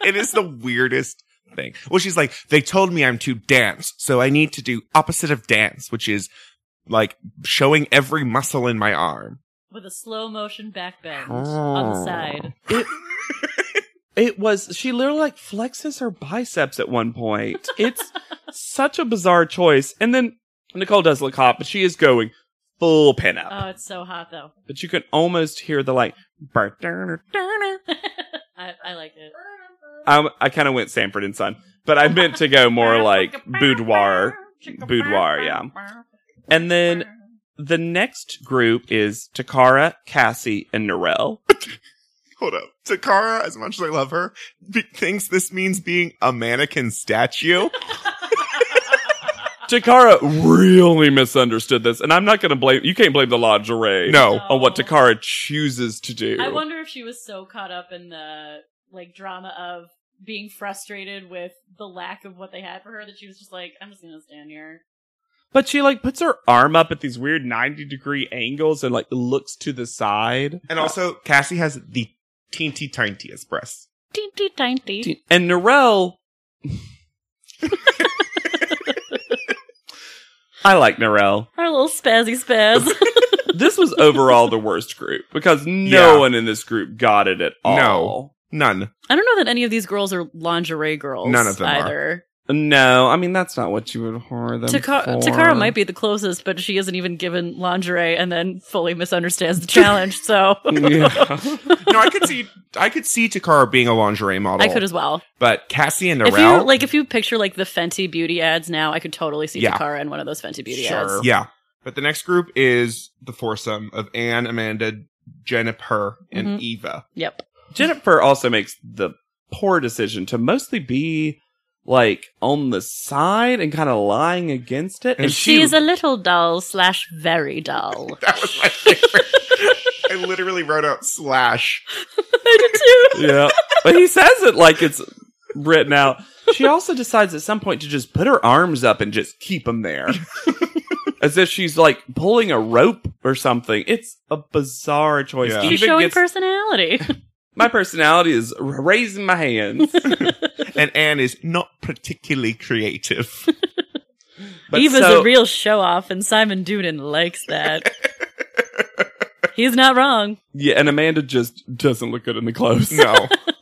it is the weirdest thing. Well, she's like, they told me I'm to dance, so I need to do opposite of dance, which is like showing every muscle in my arm. With a slow motion back bend on Oh. the side. It was she literally like flexes her biceps at one point. It's such a bizarre choice. And then Nicole does look hot, but she is going full pinup. Oh, it's so hot though. (laughs) but you can almost hear the like. burr, durr, durr. I, I like (laughs) it. Um, I kind of went Sanford and Son, but I meant to go more like boudoir. Boudoir, yeah. And then the next group is Takara, Cassie, and Narelle. Hold up. Takara, as much as I love her, be- thinks this means being a mannequin statue. Takara really misunderstood this, and I'm not going to blame you. Can't blame the lingerie No. on what Takara chooses to do. I wonder if she was so caught up in the like drama of being frustrated with the lack of what they had for her that she was just like, I'm just gonna stand here. but she like puts her arm up at these weird 90 degree angles and like looks to the side. And also, Cassie has the teenty tiniest breasts. Teenty tiny. And Narelle, I like Narelle. Her little spazzy (laughs) spaz. This was overall the worst group because no Yeah. one in this group got it at all. No. None. I don't know that any of these girls are lingerie girls. None of them are. either. No, I mean that's not what you would whore them Taka- for. Takara might be the closest, but she isn't even given lingerie and then fully misunderstands the challenge. So (laughs) Yeah. No, I could see, I could see Takara being a lingerie model. (laughs) I could as well. But Cassie and If you Narelle, like, if you picture like the Fenty beauty ads now, I could totally see Yeah. Takara in one of those Fenty beauty Sure. ads. Yeah. But the next group is the foursome of Anne, Amanda, Jennifer, and Mhm. Eva. Yep. Jennifer also makes the poor decision to mostly be like on the side and kind of lying against it. And And she, She's a little dull slash very dull. That was my favorite. I literally wrote out slash. (laughs) I did too. yeah, but he says it like it's written out. She also decides at some point to just put her arms up and just keep them (laughs) there, as if she's like pulling a rope or something. It's a bizarre choice. Yeah. She She's even showing gets- personality. my personality is raising my (laughs) hands. And Anne is not (laughs) particularly creative. (laughs) But Eva's so- a real show off, and Simon Doonan likes (laughs) that. He's not wrong. (laughs) yeah, and Amanda just doesn't look good in the clothes. No.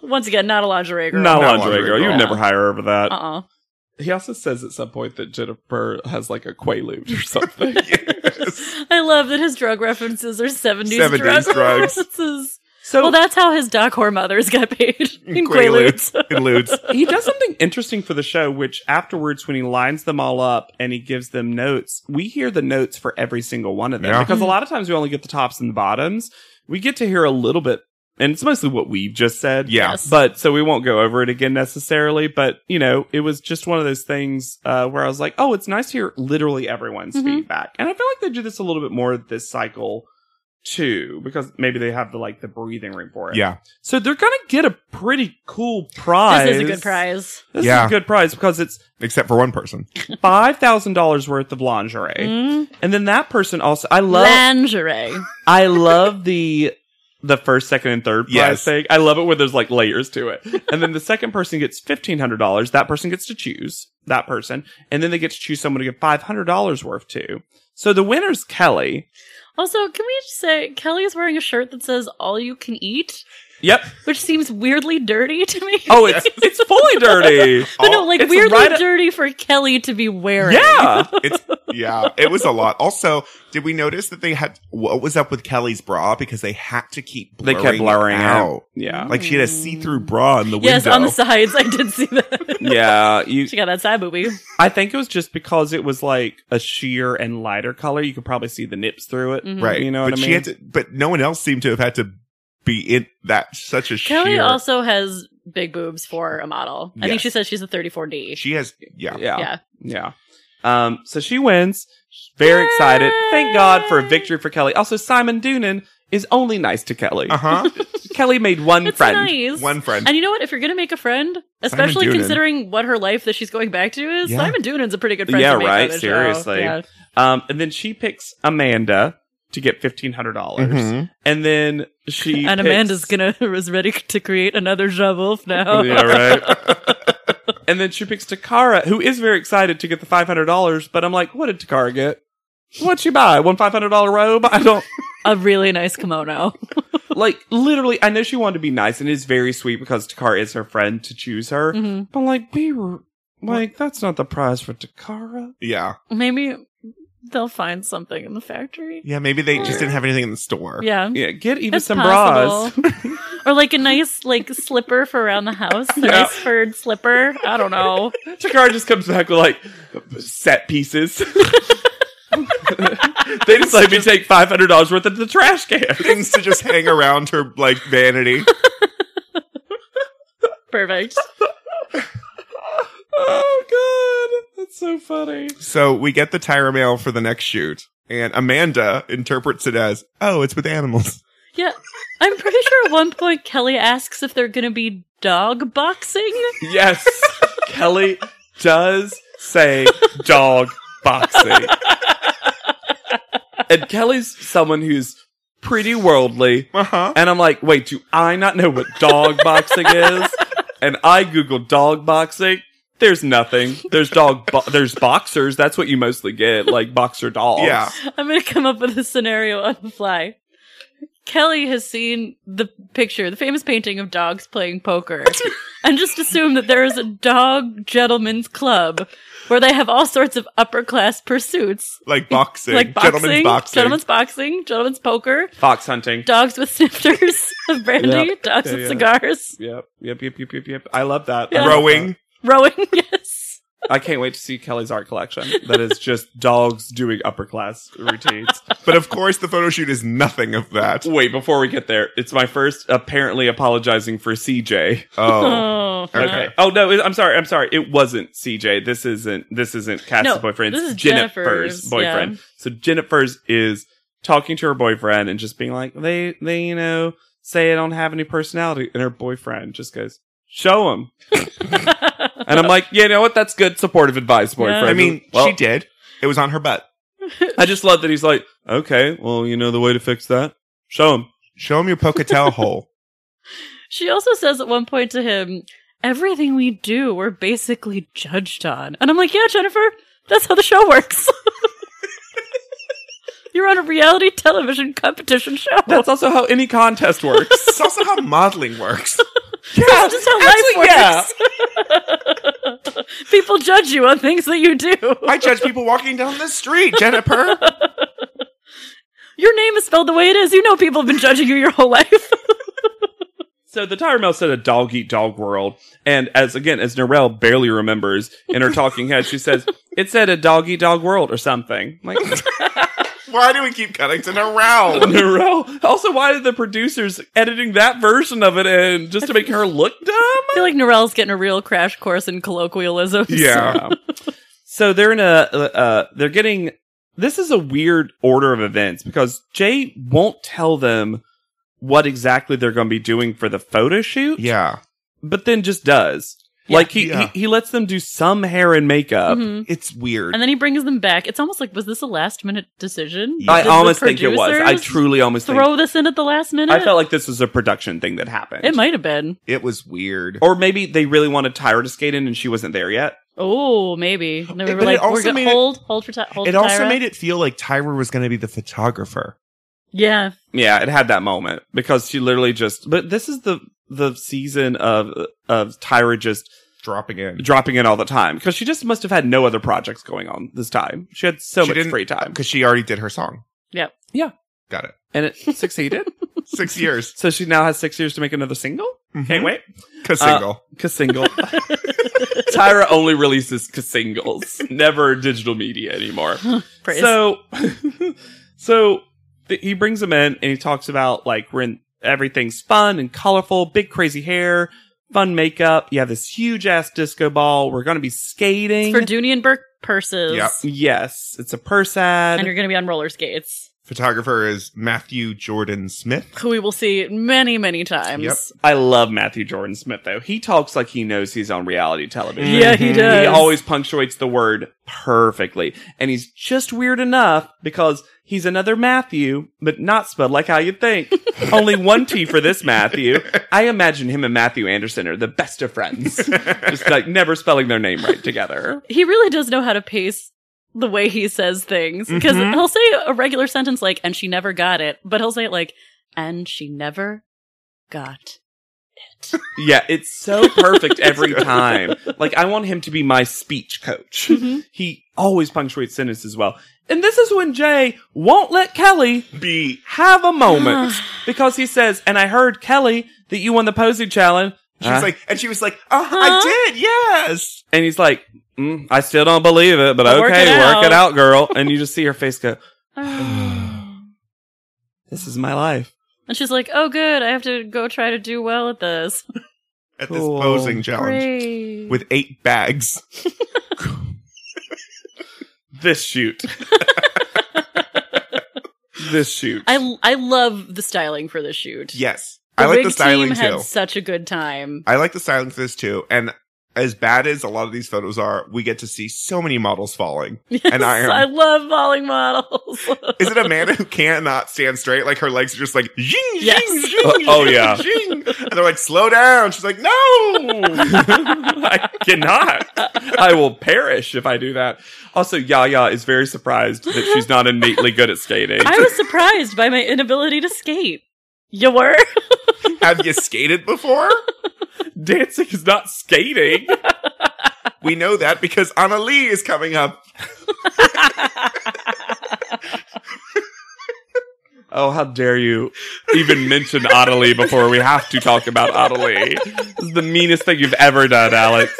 Once again, not a lingerie girl. Not a Not lingerie, lingerie girl. You would girl. never hire her for that. Uh-uh. He also says at some point that Jennifer has like a quaalude or something. Uh-uh. (laughs) I love that his drug references are 70s, 70s drug drugs. references. (laughs) so Well, that's how his doc whore mothers got paid (laughs) in Quaaludes. Quaaludes. It eludes. he does something interesting for the show, which afterwards, when he lines them all up and he gives them notes, we hear the notes for every single one of them Yeah. because a lot of times we only get the tops and the bottoms. We get to hear a little bit, and it's mostly what we've just said. Yeah. Yes. But so we won't go over it again necessarily, but you know, it was just one of those things uh, where I was like, oh, it's nice to hear literally everyone's Mhm. feedback. And I feel like they do this a little bit more this cycle too, because maybe they have the like the breathing room for it. Yeah. So they're gonna get a pretty cool prize. This is a good prize. This Yeah. is a good prize because it's Except for one person. five thousand dollars worth of lingerie, Mm. and then that person also. I love. Lingerie. I love the the first, second, and third prize Yes. thing. I love it when there's like layers to it. And then the second person gets fifteen hundred dollars. That person gets to choose that person, and then they get to choose someone to get five hundred dollars worth to. So the winner's Kelly. Also, can we just say Kelly is wearing a shirt that says "All you can eat," Yep. which seems weirdly dirty to me. Oh, it's it's fully dirty. (laughs) but no, like It's weirdly right up- dirty for Kelly to be wearing. Yeah. It's yeah, it was a lot. Also, did we notice that they had what was up with Kelly's bra because they had to keep They blurring kept blurring it out. Yeah. Like she had a see-through bra in the window. Mm. yes, on the sides. I did see that. (laughs) Yeah, you she got that side booby. I think it was just because it was like a sheer and lighter color. You could probably see the nips through it. Mhm. right? You know but what I She mean? had to, but no one else seemed to have had to be in that such a Kelly sheer. also has big boobs for a model. I think Yes. she says she's a 34D. she has, yeah. Yeah. yeah. Yeah. Um, so she wins. She's very excited. Thank God for a victory for Kelly. Also, Simon Doonan is only nice to Kelly. (laughs) Uh huh. (laughs) Kelly made one It's friend. nice. One friend. And you know what? If you're gonna make a friend, especially Doonan. considering what her life that she's going back to is, Yeah. Simon Doonan's a pretty good friend. Yeah, to make right, on the show. seriously. Yeah. Um, and then she picks Amanda to get fifteen hundred dollars. Mhm. And then she picks- And Amanda's gonna (laughs) is ready to create another Javulf now. yeah, right. (laughs) and then she picks Takara, who is very excited to get the five hundred dollars. But I'm like, what did Takara get? What'd she buy? One five hundred dollar robe? I don't A really nice kimono. like. Literally, I know she wanted to be nice, and it is very sweet because Takara is her friend to choose her. Mhm. But like, be r- like, that's not the prize for Takara. Yeah. Maybe they'll find something in the factory. Yeah. Maybe they just didn't have anything in the store. Yeah. Yeah, get even It's some bras. (laughs) possible. (laughs) or like a nice like slipper for around the house, a Yeah. nice furred slipper. I (laughs) don't know. Takara just comes back with like set pieces. (laughs) they just let me take five hundred dollars worth of the trash can. (laughs) Things to just hang around her like vanity. Perfect. Oh god, that's so funny. So we get the Tyra mail for the next shoot, and Amanda interprets it as, "Oh, it's with animals." Yeah, I'm pretty sure at one point Kelly asks if they're gonna be dog boxing. (laughs) Yes, Kelly does say dog boxing, and Kelly's someone who's pretty worldly. Uh huh. And I'm like, wait, do I not know what dog boxing is? And I googled dog boxing. There's nothing. There's dog. Bo- there's boxers. That's what you mostly get, like boxer dogs. Yeah. I'm gonna come up with a scenario on the fly. Kelly has seen the picture, the famous painting of dogs playing (laughs) poker, and just assumed that there is a dog gentlemen's club where they have all sorts of upper class pursuits Like (laughs) boxing. like boxing, Gentlemen's boxing. gentlemen's boxing, gentlemen's poker, Fox hunting. dogs with (laughs) snifters of brandy, Yep. dogs Yeah, with yeah. cigars, Yep. Yep. Yep. Yep. Yep. Yep. I love that. I love (laughs) Rowing. (laughs) that. rowing. Yes. I can't wait to see Kelly's art collection. That is (laughs) just dogs doing upper class routines. But of course, the photo shoot is nothing (laughs) of that. wait, before we get there, it's my first apparently apologizing for CJ. Oh. Oh, Okay. no. Oh no! it- I'm sorry. I'm sorry. It wasn't CJ. This isn't. This isn't Cass's No, boyfriend. this It's is Jennifer's, Jennifer's, boyfriend. yeah. So Jennifer's is talking to her boyfriend and just being like, "They, they, you know, say I don't have any personality," and her boyfriend just goes, "Show him." and (laughs) I'm like, "Yeah, you know what? That's good supportive advice, boyfriend." I mean, Well, she did. It was on her butt. I just love that he's like, "Okay, well, you know the way to fix that. Show him." Show him (laughs) your Pocatello hole. (laughs) She also says at one point to him, "Everything we do, we're basically judged on." And I'm like, "Yeah, Jennifer, that's how the show works." (laughs) You're on a reality television competition show. That's also how any contest (laughs) works. It's also how modeling (laughs) works. That's just how life Actually, yeah. works. (laughs) People judge you on things that you do. I judge people walking down the street, Jennifer. Your name is spelled the way it is. You know people have been judging you your whole (laughs) life. So the tire mill said a dog eat dog world, and as again as Narelle barely remembers in her talking head, she says it said a dog eat dog world or something. I'm Like (laughs) Why do we keep cutting to Narelle? Narelle. Also, why did the producers editing that version of it in just to make her look I dumb? feel like Norel's getting a real crash course in colloquialisms. Yeah. so they're in a uh, uh, they're getting. This is a weird order of events because Jay won't tell them what exactly they're going to be doing for the photo shoot. Yeah. but then just does. like he, Yeah. he he lets them do some hair and makeup. Mhm. It's weird. And then he brings them back. It's almost like was this a last minute decision? Yeah. I Did the almost think it was. I producers truly almost think. throw this in at the last minute. I felt like this was a production thing that happened. it might have been. It was weird. or maybe they really wanted Tyra to skate in and she wasn't there yet. Oh, maybe. And they It- were but it like, also "We're gonna made it- hold, hold for Ty- hold." It for also Tyra. made it feel like Tyra was going to be the photographer. Yeah, Yeah, it had that moment because she literally just. But this is the the season of of Tyra just dropping in. dropping in all the time because she just must have had no other projects going on this time. She had so She much didn't- free time, because she already did her song. Yep. Yeah. Got it. and (laughs) it succeeded. (laughs) Six years. So she now has six years to make another single. Mm-hmm. Can't wait. Cause Uh, single. Cause (laughs) single. Tyra only releases cause singles, never digital media anymore. Praise. So, (laughs) so th- he brings him in and he talks about like we're in everything's fun and colorful, big crazy hair, fun makeup. You have this huge ass disco ball. We're gonna be skating. It's for Dooney and Burke purses. Yep. yes, it's a purse ad. And you're going to be on roller skates, Photographer is Matthew Jordan Smith. who we will see many, many times. Yep. I love Matthew Jordan Smith though. He talks like he knows he's on reality television. Mm-hmm. Yeah, he Mhm. does. He always punctuates the word perfectly. And he's just weird enough because he's another Matthew, but not spelled like how you (laughs) think. Only one T for this Matthew. I imagine him and Matthew Anderson are the best of (laughs) friends. just like never spelling their name right together. He really does know how to pace the way he says things because Mm-hmm. Mhm. he'll say a regular sentence like, and she never got it, but he'll say it like, and she never got. Yeah, it's so perfect every time. Like I want him to be my speech coach. He always punctuates sentences well. And this is when Jay won't let Kelly B. have a moment because he says, "And I heard Kelly that you won the posing challenge." She's Huh? like, and she was like, uh, Huh? I did, yes. and he's like, mm, "I still don't believe it, but But okay, work work it it, out." out, girl." And you just see her face go, (sighs) and "This is my life." (laughs) she's like, oh, good. I have to go try to do well at this. At this Cool. posing challenge Great. with eight (laughs) bags. This (laughs) shoot. this shoot. I, I love the styling for this shoot. Yes. The I like wig the styling team too. had such a good (laughs) time. I like the styling for this too. And as bad as a lot of these photos are, we get to see so many models falling. (laughs) Yes, I am- I love falling models. Is it Amanda who cannot stand straight? Like her legs are just like zing, (laughs) Yes. zing, zing, (laughs) Oh, oh, zing, yeah. zing. And they're like, slow down. She's like, no. I cannot. I will perish if I do that. Also, Yaya is very surprised that she's not innately good at skating. I was surprised by my inability to skate. You were? Have you skated before? Dancing is not skating. We know that because Anna Lee is coming up. Oh, how dare you even mention Ottilie before we have to talk about Ottilie. This is the meanest thing you've ever done, Alex.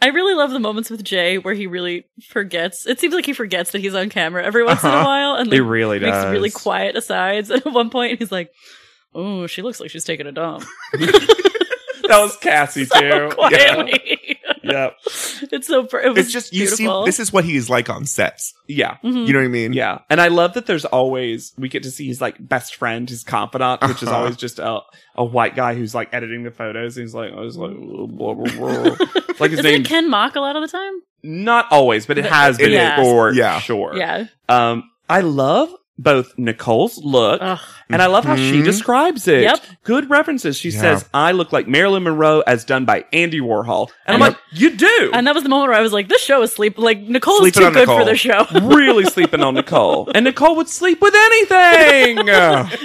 I really love the moments with Jay where he really forgets. It seems like he forgets that he's on camera every once in a Uh-huh. while and It like, really makes does. really quiet asides. (laughs) And at one point, he's like, Oh, she looks like she's taking a (laughs) dump. That was Cassie, So (laughs) too. quietly. (laughs) Yeah. yeah. it's so pr- it was Oh, It's just, you beautiful. see, this is what he is like on sets. Yeah. Mhm. You know what I mean? Yeah. And I love that there's always, we get to see his like best friend, his confidant, which is Uh-huh. always just a, a white guy who's like editing the photos. And he's like, I was like, blah, blah, (laughs) blah. It's like his Isn't name, it Ken Mock a lot of the time? not always, but it But- has been Yeah. for Yeah. sure. Yeah. Um, I love both Nicole's look Ugh. And I love how she Mhm. describes it. Yep. Good references. She Yeah. says, I look like Marilyn Monroe as done by Andy Warhol. And I'm Yep. like, you do. And that was the moment where I was like, this show is sleep. Like, Nicole's Sleeping too on good for Nicole. the show. (laughs) (laughs) really sleeping on Nicole. And Nicole would sleep with (laughs) anything.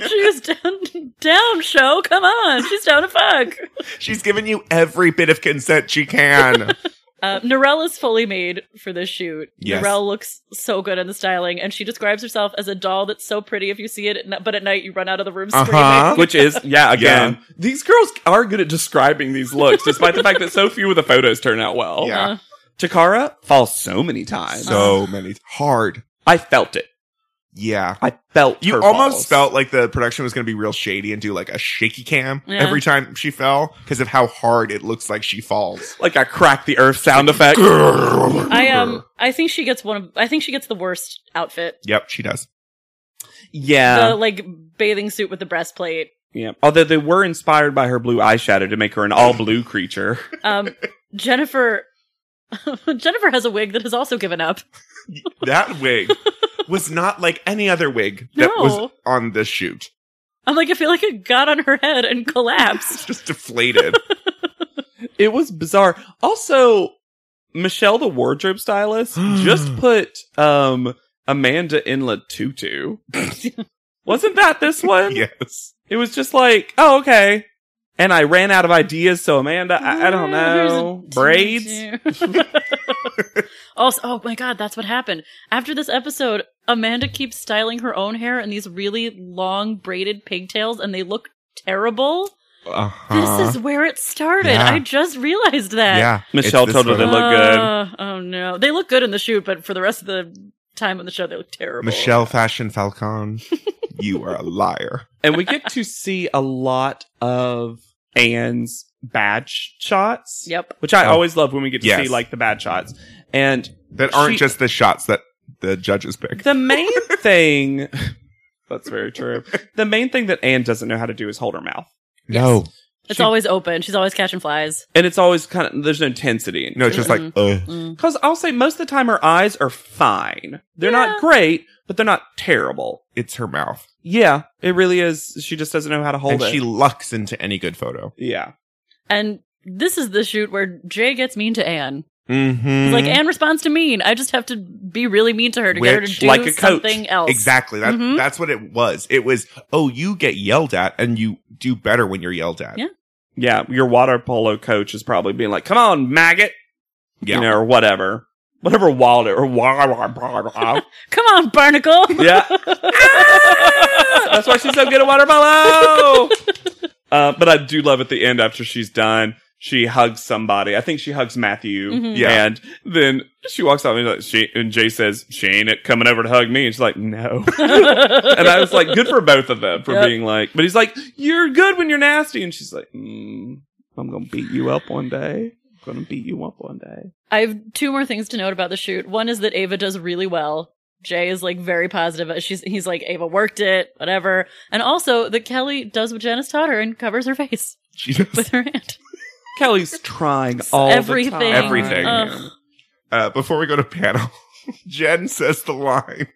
she was down, down, show. Come on. She's down to fuck. She's given you every bit of consent she can. Uh, Narelle is fully made for this shoot. Yes. Narelle looks so good in the styling, and she describes herself as a doll that's so pretty if you see it, at n- but at night you run out of the room screaming. Uh-huh. Which is, yeah, again, these girls are good at describing these looks, despite the fact that so few of the photos turn out well. Yeah. Uh, Takara falls so many times. so many. Hard. I felt it. Yeah. I felt You her almost falls. felt like the production was going to be real shady and do like a shaky cam Yeah. every time she fell because of how hard it looks like she falls. like I cracked the earth sound (clears throat) effect. I um, I think she gets one of. I think she gets the worst outfit. Yep, she does. yeah. the like bathing suit with the breastplate. Yeah. Although they were inspired by her blue eyeshadow to make her an all blue creature. Um, (laughs) Jennifer. (laughs) Jennifer has a wig that has also given up. That wig was not like any other wig No. that was on this shoot. I'm like, I feel like it got on her head and collapsed. It's just deflated. It was bizarre. Also, Michelle the wardrobe stylist just put um Amanda in La Tutu. Wasn't that this one? yes. It was just like, oh okay. And I ran out of ideas, so Amanda, I, I don't Here's a know. (laughs) Braids? teenager. (laughs) also, oh my god, that's what happened. After this episode, Amanda keeps styling her own hair in these really long braided pigtails and they look terrible. Uh-huh. This is where it started. Yeah. I just realized that. yeah. Michelle it's this told her they one. look good. Uh, oh no. They look good in the shoot, but for the rest of the time on the show they look terrible. Michelle Fashion Falcon. you are a liar. and we get to see a lot of Anne's bad sh- shots. Yep. Which I Oh. always love when we get to Yes. see like the bad shots. And That aren't She- just the shots that the judges pick. the (laughs) main thing that's very true. The main thing that Anne doesn't know how to do is hold her mouth. No. It's She- always open. She's always catching flies. And it's always kind of there's no intensity. in it. No, it's just like, uh. Mm. Cause I'll say most of the time her eyes are fine. They're Yeah. not great, but they're not terrible. It's her mouth. Yeah, it really is. She just doesn't know how to hold and it. she lucks into any good photo. yeah. And this is the shoot where Jay gets mean to Anne. Mm-hmm. Like Anne responds to mean. I just have to be really mean to her to get her to Which, do like a coach. something else. Exactly. That, Mhm. That's what it was. It was, oh, you get yelled at and you do better when you're yelled at. Yeah. Yeah. Your water polo coach is probably being like, come on, maggot. Yeah. you know, or whatever. Whatever Wilder or wah, wah, wah, (laughs) wah. Come on, Barnacle. (laughs) Yeah. (laughs) That's why she's so good at water polo. (laughs) Uh, but I do love at the end after she's done, she hugs somebody. I think she hugs Matthew. Mhm. Yeah. And then she walks out and, like, she, and Jay says, She ain't coming over to hug me. And she's like, (laughs) No. and I was like, Good for both of them for Yep. being like, But he's like, You're good when you're nasty. And she's like, mm, I'm going to beat you up one day. I'm going to beat you up one day. I have two more things to note about the shoot. One is that Ava does really well. Jay is like very positive. Uh, She's he's like Ava worked it, whatever. And also that Kelly does what Janice taught her and covers her face (laughs) She does. with her hand. Kelly's trying all everything. the time. Everything. Ugh. Uh, before we go to panel, (laughs) Jen says the line,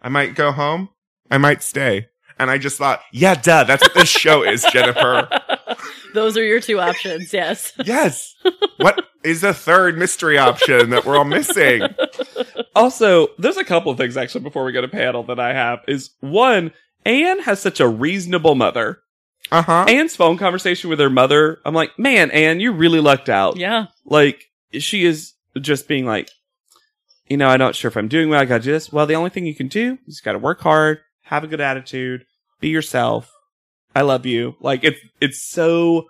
I might go home. I might stay. And I just thought, yeah, duh, that's what this show is, Jennifer. (laughs) Those are your two options. Yes. (laughs) Yes. What is the third mystery option that we're all missing? Also, there's a couple of things actually before we go to panel that I have is one, Anne has such a reasonable mother. Uh huh. Anne's phone conversation with her mother, I'm like, man, Anne, you really lucked out. Yeah. Like, she is just being like, you know, I'm not sure if I'm doing well. I got to do this. Well, the only thing you can do is got to work hard, have a good attitude, be yourself. I love you. Like, it's it's so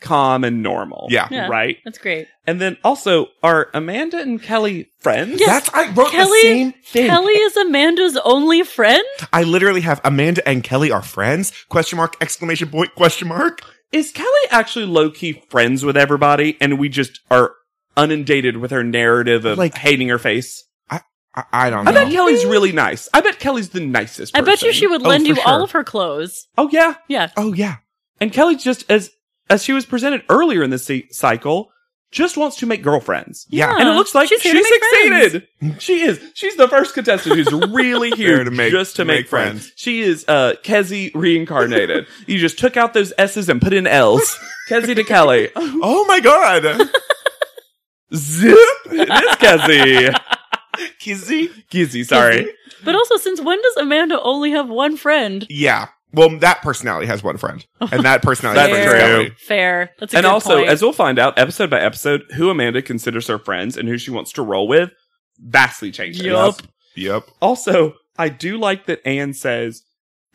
calm and normal. Yeah. Yeah. Right. That's great. And then also, are Amanda and Kelly friends? Yes. That's I wrote Kelly- the same thing. Kelly is Amanda's only friend? I literally have Amanda and Kelly are friends? Question mark, exclamation point, question mark. Is Kelly actually low key friends with everybody and we just are inundated with her narrative of Like- hating her face? I, I don't I bet know. Kelly's really nice. I bet Kelly's the nicest I bet you person. she would Oh, lend for you all sure. of her clothes. Oh, yeah. Yeah. Oh yeah. And Kelly just, as as she was presented earlier in this se- cycle, just wants to make girlfriends. Yeah. And it looks like She's she's, here to make succeeded. she is. She's the first contestant (laughs) who's really here There to make- just to, to make, make friends. friends. She is uh Kezi (laughs) reincarnated. you just took out those S's and put in L's. Kezi to Kelly. Oh my god. (laughs) Zip. It is (laughs) Kezi. Kizzy? Gizzy, sorry. But also since when does Amanda only have one friend? Yeah. Well, that personality has one friend. And that personality That's has true. Kelly. Fair. That's a And good also, point. as we'll find out episode by episode, who Amanda considers her friends and who she wants to roll with vastly changes. Yup. Yep. Also, I do like that Anne says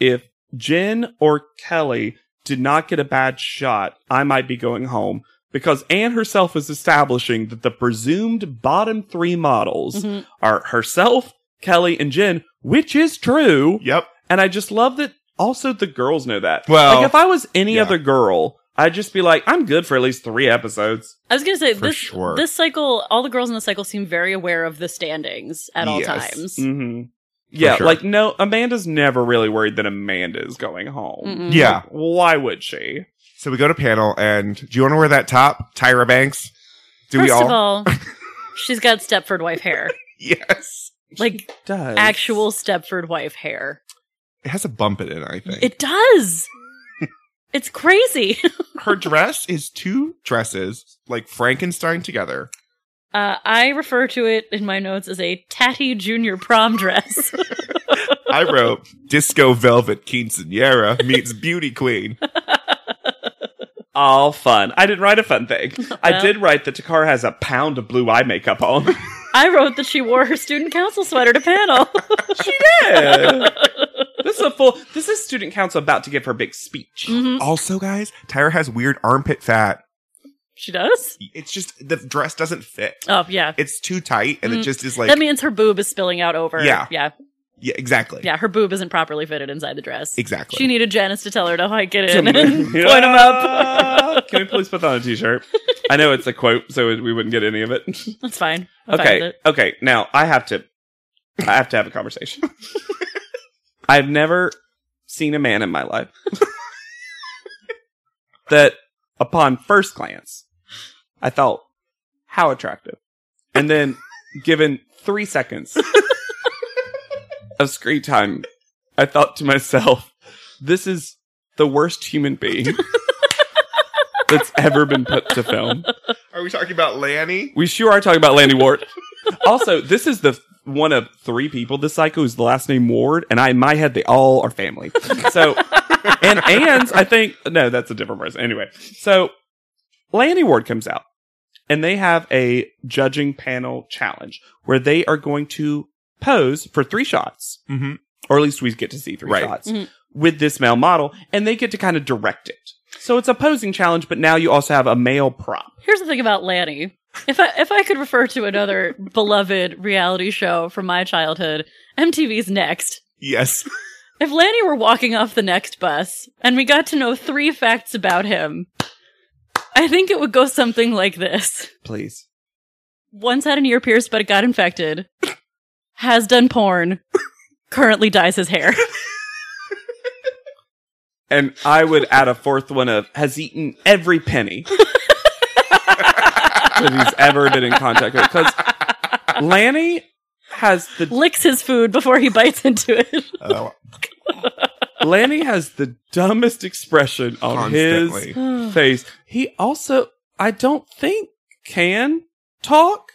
if Jen or Kelly did not get a bad shot, I might be going home because Anne herself is establishing that the presumed bottom three models Mhm. are herself, Kelly, and Jen, which is true. Yep. And I just love that also the girls know that. Well, like if I was any yeah. other girl, I'd just be like, I'm good for at least three episodes. I was gonna say For this sure. this cycle, all the girls in the cycle seem very aware of the standings at all Yes. Mm. times. Mm-hmm. Yeah, sure. like no, Amanda's never really worried that Amanda is going home. Mm-mm. Yeah. Why would she? So we go to panel and do you want to wear that top? Tyra Banks? Do First we all? of all, she's got Stepford wife hair, (laughs) yes. like Does actual Stepford wife hair. It has a bump in it, I think. It (laughs) does. it's crazy. (laughs) Her dress is two dresses, like Frankenstein together. Uh, I refer to it in my notes as a tatty junior prom dress. (laughs) I wrote (laughs) disco velvet quinceanera meets beauty queen. all fun. I didn't write a fun (laughs) thing. I Well. did write that Takara has a pound of blue eye makeup (laughs) on. (laughs) I wrote that she wore her student council sweater to panel. (laughs) she did. this is a full. This is student council about to give her big speech. Mhm. Also, guys, Tyra has weird armpit fat. She does? It's just the dress doesn't fit. Oh, yeah. It's too tight, and it Mm. just is like that means her boob is spilling out over. Yeah. Yeah. yeah, exactly, Yeah. Her boob isn't properly fitted inside the dress. exactly. She needed Janice to tell her to hike it in and (laughs) point Yeah. him up. Can we please put that on a t-shirt? I know it's a quote, so we wouldn't get any of it. (laughs) That's fine. I'm fine with Okay, it. okay. Now I have to, I have to have a conversation. I've never seen a man in my life that, upon first glance, I thought how attractive, and then given three seconds of screen time, I thought to myself, "This is the worst human being." That's ever been put to film. Are we talking about Lanny? We sure are talking about Landy Ward. (laughs) also, this is the one of three people this cycle who's the last name Ward, and I in my head they all are family. So and Anne's, I think no, that's a different person. Anyway, so Landy Ward comes out, and they have a judging panel challenge where they are going to pose for three shots, Mm-hmm. or at least we get to see three Right. shots Mhm. with this male model, and they get to kind of direct it. So it's a posing challenge, but now you also have a male prop. Here's the thing about Lanny. If I if I could refer to (laughs) another beloved reality show from my childhood, MTV's Next. Yes. (laughs) If Lanny were walking off the next bus and we got to know three facts about him, I think it would go something like this. Please. Once had an ear pierced but it got infected. Has done porn. Currently dyes his hair. And I would add a fourth one of has eaten every penny that he's ever been in contact with. Because Lanny has the Licks his food before he bites into (sighs) it. Oh, Lanny has the dumbest expression on constantly. his face. He also, I don't think, can talk.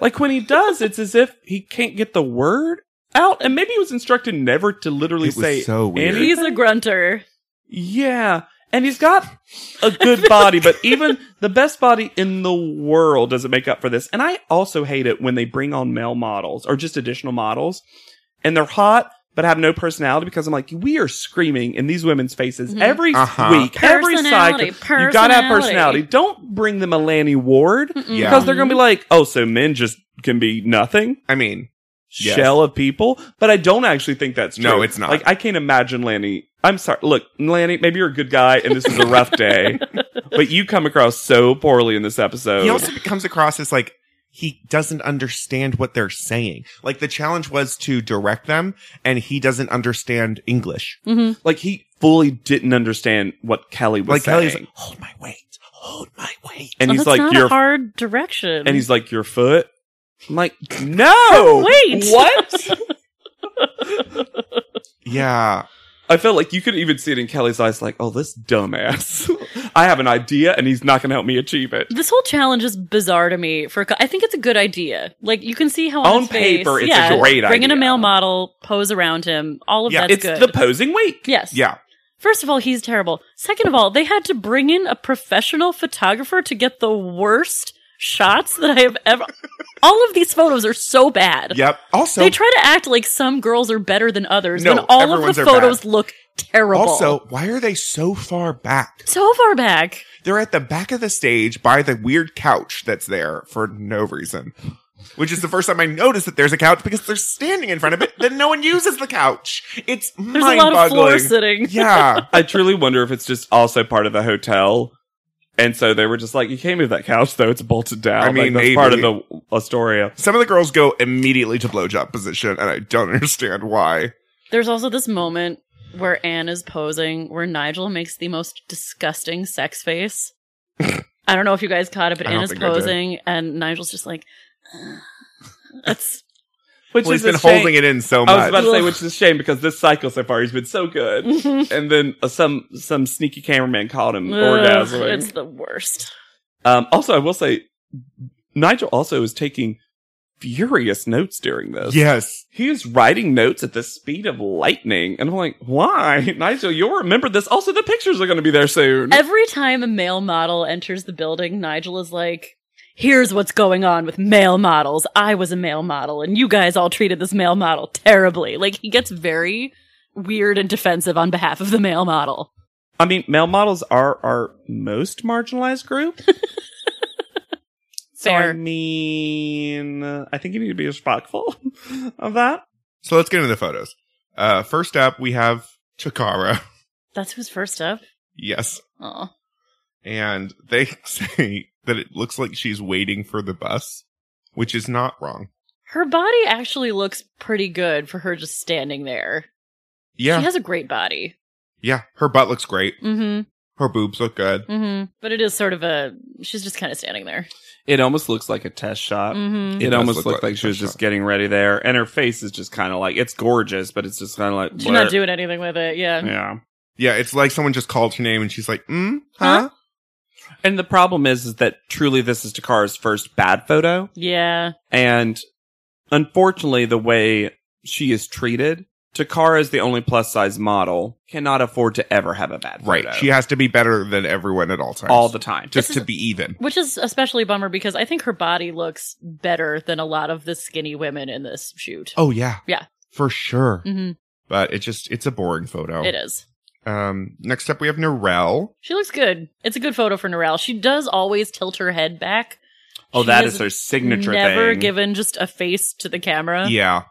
Like when he does, it's as if he can't get the word out. And maybe he was instructed never to literally It was say so weird. anything. He's a grunter. Yeah. And he's got a good body, but even the best body in the world doesn't make up for this. And I also hate it when they bring on male models or just additional models and they're hot but have no personality because I'm like, we are screaming in these women's faces Mhm. every Uh-huh. week, every cycle. Personality, You gotta have personality. personality. Don't bring them a Lanny Ward Mm-mm. Yeah. because they're gonna be like, oh, so men just can be nothing I mean, Yes. shell of people, but I don't actually think that's true. No, it's not. Like I can't imagine Lanny. I'm sorry. Look, Lanny, maybe you're a good guy and this is a rough (laughs) day, but you come across so poorly in this episode. he also comes across as like he doesn't understand what they're saying. Like the challenge was to direct them, and he doesn't understand English. Mhm. like he fully didn't understand what Kelly was Like saying. Kelly's like, "Hold my weight, hold my weight." and Oh, he's that's like not your a hard direction. and he's like your foot. I'm like, (laughs) no, Wait. what? Yeah, (laughs) I felt like you could even see it in Kelly's eyes, like, oh, this dumbass. (laughs) I have an idea, and he's not going to help me achieve it. This whole challenge is bizarre to me. For a co- I think it's a good idea. Like you can see how On his face- paper, it's a yeah, great Bring in a idea. male model, pose around him. All of Yeah, that's it's good. the posing week. yes. yeah. First of all, he's terrible. Second of all, they had to bring in a professional photographer to get the worst shots that I have ever. all of these photos are so bad. Yep. Also, They try to act like some girls are better than others No, when all of everyone's the are bad. photos look terrible. also, why are they so far back? so far back. They're at the back of the stage by the weird couch that's there for no reason. Which is the first time I noticed that there's a couch because they're standing in front of it. Then no one uses the couch. It's There's a lot of floor mind-boggling. sitting. yeah, I truly wonder if it's just also part of the hotel. And so they were just like, you can't move that couch though; it's bolted down. I mean, Like, that's part of maybe. the Astoria. some of the girls go immediately to blowjob position, and I don't (laughs) understand why. There's also this moment where Anne is posing where Nigel makes the most disgusting sex (laughs) face. I don't know if you guys caught it, but I Anne don't is think I did. posing and Nigel's just like, (sighs) (laughs) that's (laughs) Which Well, he's is been a shame. holding it in so I was much. about to say, which is a shame because this cycle so far he's been so good. (laughs) Ugh, And then uh, some some sneaky cameraman caught him orgasming. it's the worst. Um, also, I will say, Nigel also is taking furious notes during this. Yes. He is writing notes at the speed of lightning. And I'm like, why? (laughs) Nigel, you'll remember this. Also, the pictures are going to be there soon. Every time a male model enters the building, Nigel is like, Here's what's going on with male models. I was a male model, and you guys all treated this male model terribly. Like, he gets very weird and defensive on behalf of the male model. I mean, male models are our most marginalized (laughs) group. So I Fair. mean, uh, I think you need to be respectful of that. So let's get into the photos. Uh, first up, we have Chikara. (laughs) That's who's first up. yes. Oh, And they (laughs) say that it looks like she's waiting for the bus, which is not wrong. her body actually looks pretty good for her just standing there. Yeah. She has a great body. yeah. Her butt looks great. Mm Her boobs look good. hmm. Mm hmm. But it is sort of a, she's just kind of standing there. It almost looks like a test shot. Mm It, does almost look looked like like, a she was test just shot. getting ready there, and her face is just kind of like it's gorgeous, but it's just kind of like hmm. She's not bleh. doing anything with it. Yeah. Yeah, Yeah. It's like someone just called her name and she's like, mm, huh? and the problem is, is that truly this is Takara's first bad photo, Yeah. and unfortunately, the way she is treated, Takara is the only plus size model cannot afford to ever have a bad photo. Right. She has to be better than everyone at all times. all the time. just This to is- be even. Which is especially a bummer because I think her body looks better than a lot of the skinny women in this shoot. Oh yeah. Yeah. For sure. Oh. hmm But it just it's a boring photo. It is. Um next up we have Norel. She looks good. It's a good photo for Norel. She does always tilt her head back. Oh, She that has is her signature Never thing. (laughs) given just a face to the camera. Yeah.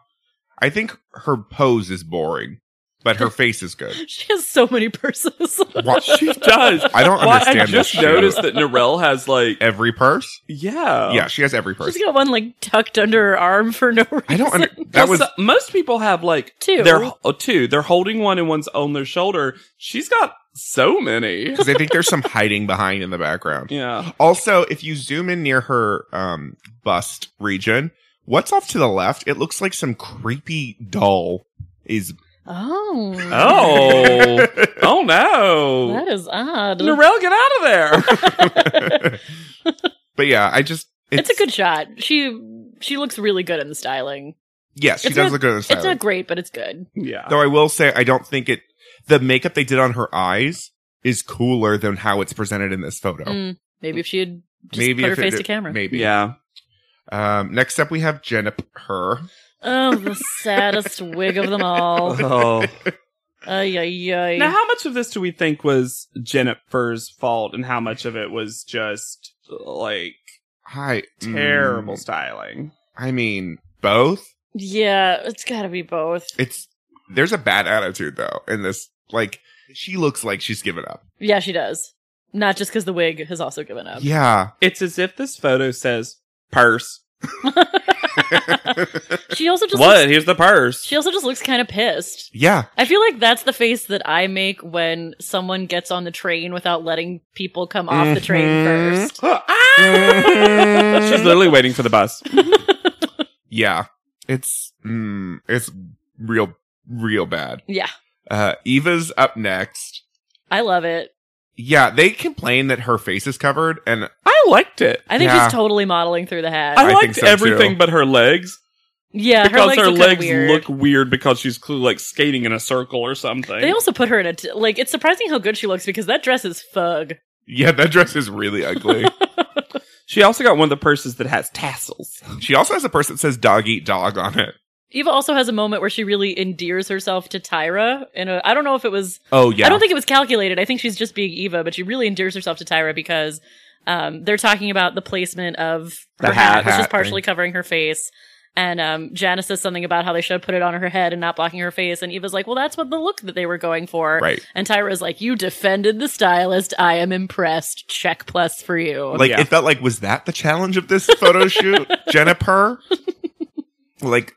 I think her pose is boring, but her face is good. (laughs) She has so many purses. (laughs) What? she does. I don't Well, understand I this just shoot. noticed Oh. that Narelle has like Every purse? yeah Yeah, she has every She's purse. got one like tucked under her arm for no (laughs) reason. I don't under- Well, that was so- uh, most people have like Two. They're oh, two. They're holding one and one's on their shoulder. She's got so many. cuz I think there's some hiding behind in the background. (laughs) Yeah. Also, if you zoom in near her um bust region, what's off to the left? It looks like some creepy doll is Oh. (laughs) Oh. oh no. That is odd. Narelle, get out of (laughs) there. but yeah, I just it's, a good shot. She she looks really good in the styling. Yes, she it's does not- look good in the It's styling. not great, but it's good. yeah. Though I will say, I don't think it. The makeup they did on her eyes is cooler than how it's presented in this photo. Mm, maybe if she had just put her if it face did- to camera. Maybe. Yeah. Um, next up, we have Jenip. Her. Oh, the saddest wig of them (laughs) all. Oh. Ay, ay, (laughs) ay. Now, how much of this do we think was Jennifer's fault, and how much of it was just like Hi. Hmm. Mm, terrible styling? I mean, both. yeah, it's gotta be both. It's there's a bad attitude though in this. Like she looks like she's given up. Yeah, she does. Not just because the wig has also given up. Yeah. It's as if this photo says purse. She also just What? Looks, Here's the purse. she also just looks kind of pissed. yeah. I feel like that's the face that I make when someone gets on the train without letting people come off the train Mhm. (laughs) first. She's literally waiting for the (laughs) bus. Yeah. It's mm, it's real real bad. Yeah, Uh, Eva's up next. I love it. Yeah, they complain that her face is covered, and I liked it. I think Yeah. she's totally modeling through the hat. I, I think liked so, everything too. but her legs yeah, her because legs, her look, kinda legs weird. look weird because she's clearly like skating in a circle or something. They also put her in a t- like. It's surprising how good she looks because that dress is fug. yeah, that dress is really (laughs) ugly. she also got one of the purses that has tassels. she also has a purse that says "dog eat dog" on it. Eva also has a moment where she really endears herself to Tyra. In a, I don't know if it was. Oh yeah, I don't think it was calculated. I think she's just being Eva, but she really endears herself to Tyra because um, they're talking about the placement of The her hat. hat, which is Hat partially thing. covering her face. And um, Janice says something about how they should have put it on her head and not blocking her face. And Eva's like, "Well, that's what the look that they were going for." right. And Tyra's like, "You defended the stylist. I am impressed. Check plus for you." Like yeah. it felt like was that the challenge of this (laughs) photo shoot, (laughs) Jennifer? like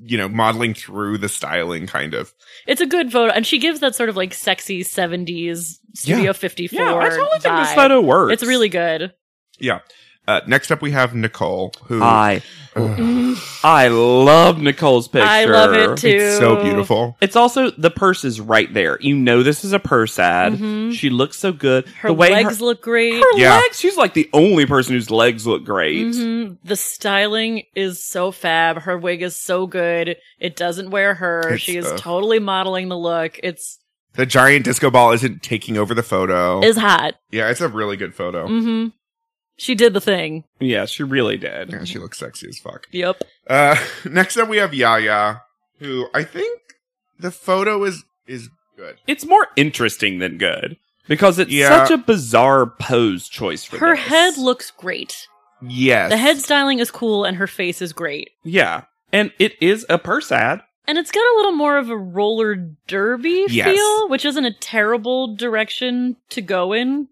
you know, modeling through the styling, kind of. It's a good photo, and she gives that sort of like sexy seventies Studio Fifty Four. Yeah, I totally think this photo works. It's really good. Yeah. Uh, next up, we have Nicole, who I Ugh, Mm-hmm. I love Nicole's picture. I love it too. it's so beautiful. It's also the purse is right there. You know this is a purse ad. Mhm. She looks so good. Her the way legs look her, great. her Yeah. legs. She's like the only person whose legs look great. Mhm. The styling is so fab. Her wig is so good. It doesn't wear her. Good she stuff. is totally modeling the look. It's The giant disco ball isn't taking over the photo. is hot. yeah, it's a really good photo. hmm She did the thing. Yeah, she really did. Yeah, she looks sexy as fuck. Yep. Uh, (laughs) next up, we have Yaya, who I think the photo is is good. It's more interesting than good because it's Yeah. such a bizarre pose choice for Her this. head looks great. Yes, The head styling is cool, and her face is great. Yeah, and it is a purse ad. And it's got a little more of a roller derby Yes. feel, which isn't a terrible direction to go in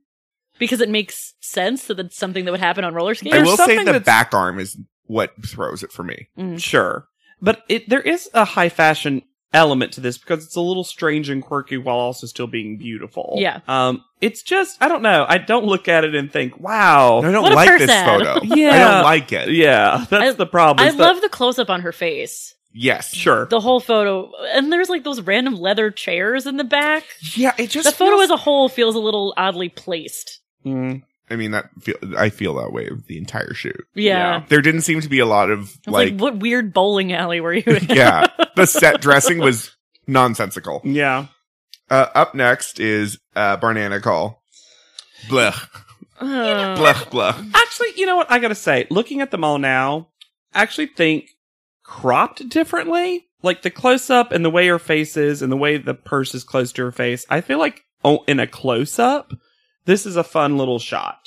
because it makes sense that it's something that would happen on roller skates. I there's will say something the that's- back arm is what throws it for me. Mm-hmm. Sure. But it there is a high fashion element to this because it's a little strange and quirky while also still being beautiful. Yeah. Um it's just I don't know. I don't look at it and think, wow. No, I don't What a like this person. (laughs) photo. I Yeah. don't like it. Yeah, (laughs) that's I- the problem. I is that- love the close up on her face. Yes, Sure. The whole photo. And there's like those random leather chairs in the back. Yeah, it just the photo feels- as a whole feels a little oddly placed. Mm. I mean, that feel, I feel that way with the entire shoot. Yeah. Yeah. There didn't seem to be a lot of It's like, like, what weird bowling alley were you (laughs) in? (laughs) yeah, the set dressing was nonsensical. Yeah. Uh, up next is uh, Banana Call. Blech, Ugh. blech, blech. Actually, you know what I got to say, looking at them all now, I actually think cropped differently, like the close up and the way her face is and the way the purse is close to her face. I feel like oh, in a close up, this is a fun little shot.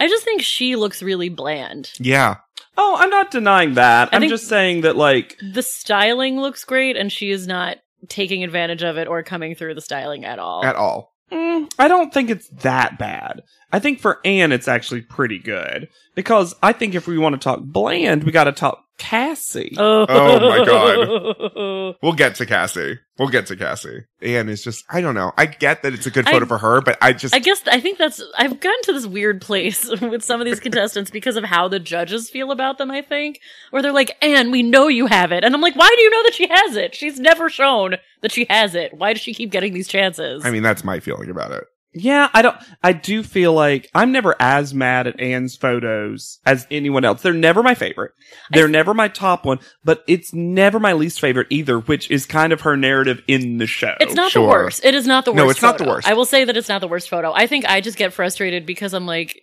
I just think she looks really bland. Yeah, Oh, I'm not denying that. I I'm think- just saying that, like, The styling looks great, and she is not taking advantage of it or coming through the styling at all. at all. mm, I don't think it's that bad. I think for Anne, it's actually pretty good because I think if we want to talk bland, we got to talk Cassie. Oh. Oh my (laughs) God. (laughs) We'll get to Cassie. We'll get to Cassie. Anne is just, I don't know. I get that it's a good I- photo for her, but I just, I guess I think that's I've gotten to this weird place (laughs) with some of these contestants because of how the judges feel about them, I think. Where they're like, Anne, we know you have it. And I'm like, why do you know that she has it? She's never shown that she has it. Why does she keep getting these chances? I mean, that's my feeling about it. Yeah, I don't. I do feel like I'm never as mad at Anne's photos as anyone else. They're never my favorite. They're never my top one, but it's never my least favorite either, which is kind of her narrative in the show. It's not sure. the worst. It is not the worst. No, it's not the photo. worst. I will say that it's not the worst photo. I think I just get frustrated because I'm like,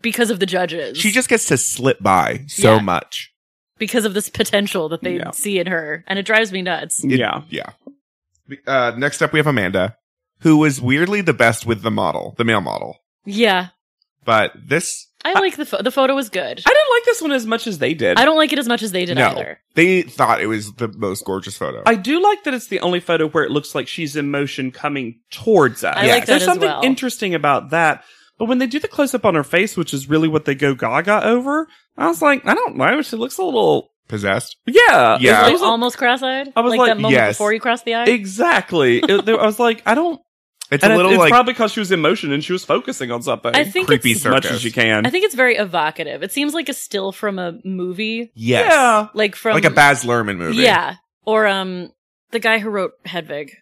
because of the judges. She just gets to slip by so Yeah. much. because of this potential that they Yeah. see in her, and it drives me nuts. Yeah. Yeah. Uh, next up, we have Amanda, who was weirdly the best with the model, the male model. Yeah, But this, I like the pho- the photo was good. I didn't like this one as much as they did. I don't like it as much as they did no, either. they thought it was the most gorgeous photo. I do like that it's the only photo where it looks like she's in motion coming towards us. I like that There's as something well. interesting about that. But when they do the close up on her face, which is really what they go gaga over, I was like, I don't know. She looks a little. Possessed. Yeah. Yeah. It Like was a- almost cross-eyed. I was like, like, that moment yes. before you cross the (laughs) eye. exactly. It- I was like, I don't. It's and a it- little it's like probably because she was in motion and she was focusing on something. I think creepy it's, as much Circus. as you can. I think it's very evocative. It seems like a still from a movie, yes, Yeah. like from like a Baz Luhrmann movie. Yeah, or um, the guy who wrote Hedwig.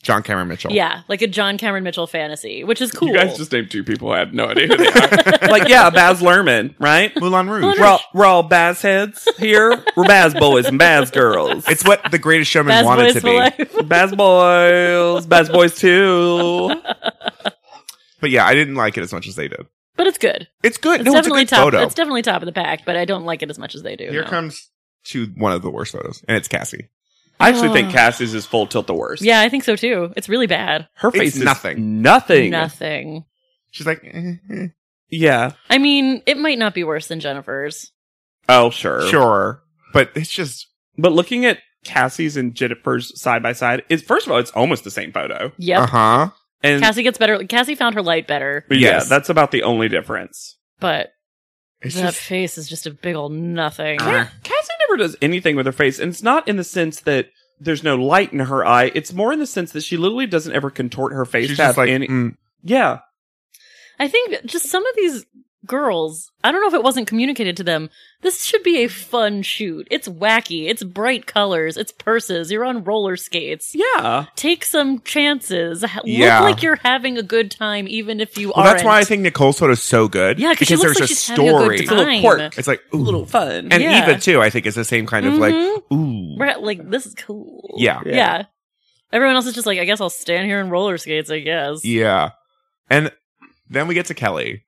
John Cameron Mitchell. Yeah, like a John Cameron Mitchell fantasy, which is cool. You guys just named two people. I have no idea who they (laughs) are. like, yeah, Baz Luhrmann, right? Moulin Rouge. We're all, we're all Baz heads here. We're Baz boys and Baz girls. It's what the Greatest Showman Best wanted boys to for be. life. (laughs) Baz boys, Baz boys too. But yeah, I didn't like it as much as they did. But it's good. It's good. It's no, it's a definitely good top. photo. It's definitely top of the pack, but I don't like it as much as they do. Here no. comes to one of the worst photos, and it's Cassie. I actually think Cassie's is full tilt the worst. Uh. Yeah, I think so too. It's really bad. her It's face is nothing. nothing. Nothing. She's like, eh, eh, Yeah. I mean, it might not be worse than Jennifer's. Oh, sure, sure, eh. but it's just But looking at Cassie's and Jennifer's side by side, is first of all, it's almost the same photo. Yep. uh huh. And Cassie gets better. Cassie found her light better, yeah, Yes. that's about the only difference. but It's that just face is just a big old nothing. Uh. Cassie never does anything with her face, and it's not in the sense that there's no light in her eye. It's more in the sense that she literally doesn't ever contort her face she's mm. to have just like any. mm. Yeah, I think just some of these girls, I don't know if it wasn't communicated to them. This should be a fun shoot. It's wacky. It's bright colors. It's purses. You're on roller skates. Yeah. Take some chances. Ha- Yeah. Look like you're having a good time, even if you Well, aren't. that's why I think Nicole's photo is so good. Yeah, because she looks like she's having a good It's a little time. quirk. It's like A ooh. little fun. and yeah. Eva too. I think is the same kind of Mhm. like ooh. We're at, like, this is cool. Yeah. yeah. Everyone else is just like, I guess I'll stand here in roller skates. I guess. Yeah. And then we get to Kelly.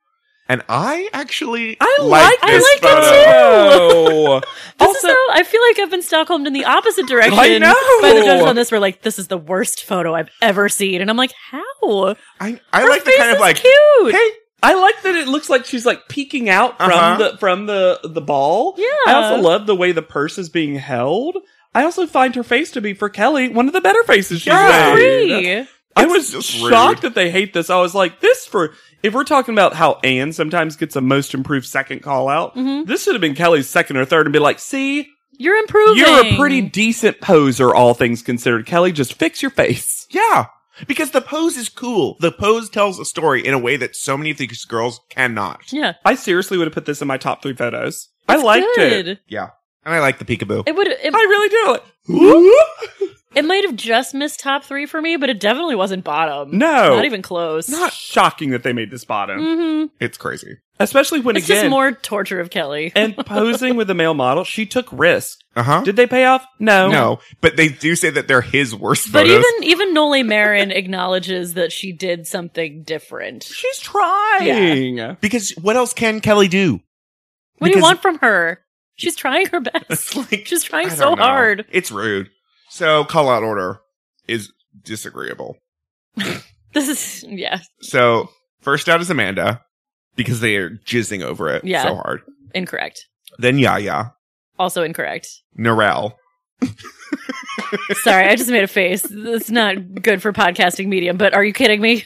And I actually I like, I this like it photo. (laughs) Oh. This Also- is how I feel like I've been Stockholmed in the opposite (laughs) direction. I know. By the judges on this were like, this is the worst photo I've ever seen, and I'm like, how? I, I Her like the face kind of is like cute. hey I like that it looks like she's like peeking out from Uh-huh. the from the the ball. Yeah. I also love the way the purse is being held. I also find her face to be for Kelly one of the better faces she's Yeah. made. Agree. I It's was just shocked rude. that they hate this. I was like, this for if we're talking about how Anne sometimes gets a most improved second call out, Mm-hmm. Mhm. this should have been Kelly's second or third and be like, see, You're improving. you're a pretty decent poser, all things considered. Kelly, just fix your face. Yeah. Because the pose is cool. The pose tells a story in a way that so many of these girls cannot. Yeah, I seriously would have put this in my top three photos. I liked good. it. And I like the peekaboo. It would. It, I really do. Like, whoop. it might have just missed top three for me, but it definitely wasn't bottom. No. not even close. Not shocking that they made this bottom, Mm. hmm It's crazy. especially when It's again just more torture of Kelly. and posing with a male model, she took risk. Uh huh. Did they pay off? No, No, but they do say that they're his worst But photos. even even Nole Marin (laughs) acknowledges that she did something different. She's trying. because what else can (laughs) Kelly do? What do you Because- want from her? She's trying her best. (laughs) like, She's I trying don't so know. hard. It's rude. So call out order is disagreeable. This is yeah, So first out is Amanda because they are jizzing over it Yeah. so hard. incorrect. Then Yaya, Also incorrect. Norel, Sorry, I just made a face. It's not good for podcasting medium, but are you kidding me?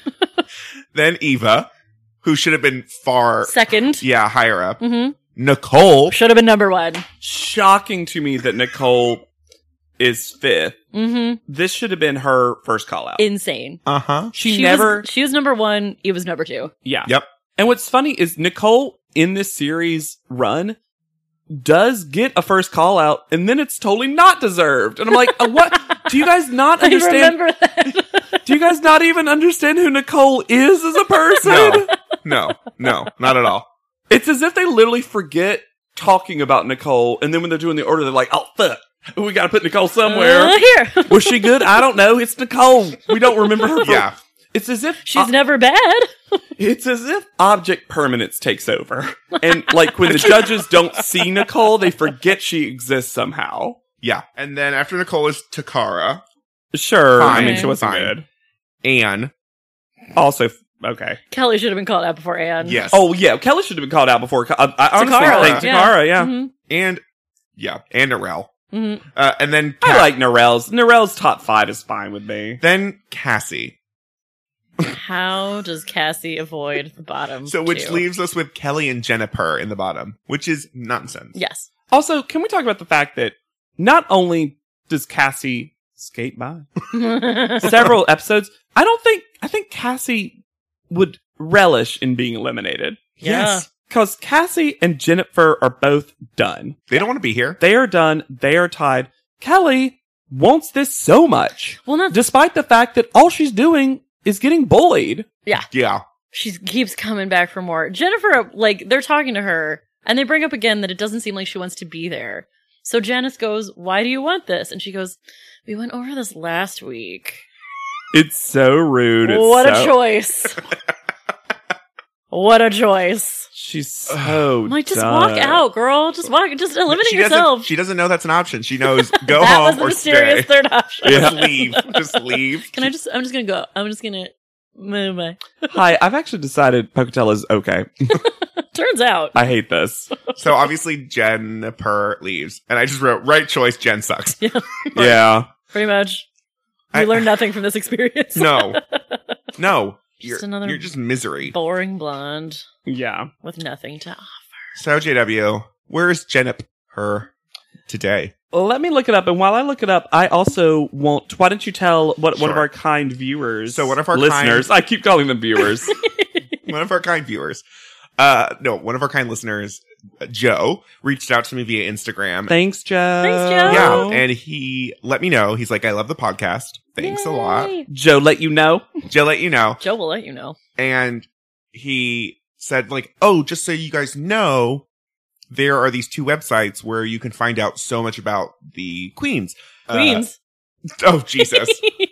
then Eva, who should have been far, Second. Er, yeah, higher up. hmm Nicole, Should have been number one. Shocking to me that Nicole is fifth. hmm This should have been her first call out. Insane. uh huh. she, was- never, she was number one. It was number two. (laughs) yeah. Yep. And what's funny is Nicole in this series run does get a first call out, and then it's totally not deserved. And I'm like, uh, what? Do you guys not I understand? remember that. Do you guys not even understand who Nicole is as a person? (laughs) No, no, no, not at all. It's as if they literally forget talking about Nicole, and then when they're doing the order, they're like, "Oh fuck, we got to put Nicole Uh, (laughs) somewhere." here. Was she good? I don't know. It's Nicole. We don't remember her. from- Yeah. It's as if She's uh, never bad. it's as if object permanence takes over, and like when the judges don't see Nicole, they forget she exists somehow. Yeah. And then after Nicole is Takara, Sure, I mean Fine, she wasn't fine. good. Anne. Also, f- okay. Kelly should have been called out before Anne. Yes. Oh yeah, Kelly should have been called out before. I, I honestly Takara, think yeah. Takara. Yeah, Mhm. and yeah, and Norel. Mhm. Uh, and then I Ca- like Norel's. Norel's top five is fine with me. then Cassie. How does Cassie avoid the bottom? So which two? leaves us with Kelly and Jennifer in the bottom, which is nonsense. Yes. (laughs) Also, can we talk about the fact that not only does Cassie skate by several episodes, I don't think I think Cassie would relish in being eliminated. Yes. Because Cassie and Jennifer are both done. They don't want to be here. They are done. They are tied. Kelly wants this so much, Well, not despite the fact that all she's doing is getting bullied. Yeah. she keeps coming back for more. Jennifer, like, they're talking to her, and they bring up again that it doesn't seem like she wants to be there. So Janice goes, Why do you want this? And she goes, We went over this last week. It's so rude. It's what so- a (laughs) choice. what a choice. (sighs) She's so. I'm like, just walk done. out, girl. Just walk. Just eliminate she yourself. Doesn't, she doesn't know that's an option. (laughs) She knows go that home was the or mysterious stay. (laughs) third option. Just leave. Just (laughs) leave. Can I just? I'm just gonna go. I'm just gonna move my. (laughs) Hi, I've actually decided Pocatello's okay. Turns out, I hate this. So obviously Jennifer leaves, and I just wrote right choice. (laughs) Jen sucks. yeah. pretty much, we I- learned nothing from this experience. (laughs) No, no. Just You're, another- you're just misery. boring blonde Yeah. with nothing to. So JW, where's Jennifer (laughs) today? Let me look it up. And while I look it up, I also want. Why don't you tell what one of Sure. our kind viewers? So one of our (laughs) listeners. I keep calling them viewers. One of our kind viewers Uh, no, one of our kind listeners, uh, Joe, reached out to me via Instagram. Thanks, Joe. Thanks, Joe. yeah, and he let me know. He's like, I love the podcast. Thanks a lot. Yay. Joe let you know. Joe let you know. Joe will let you know. and he said like oh just so you guys know there are these two websites where you can find out so much about the queens Uh, Queens. oh (laughs) jesus oh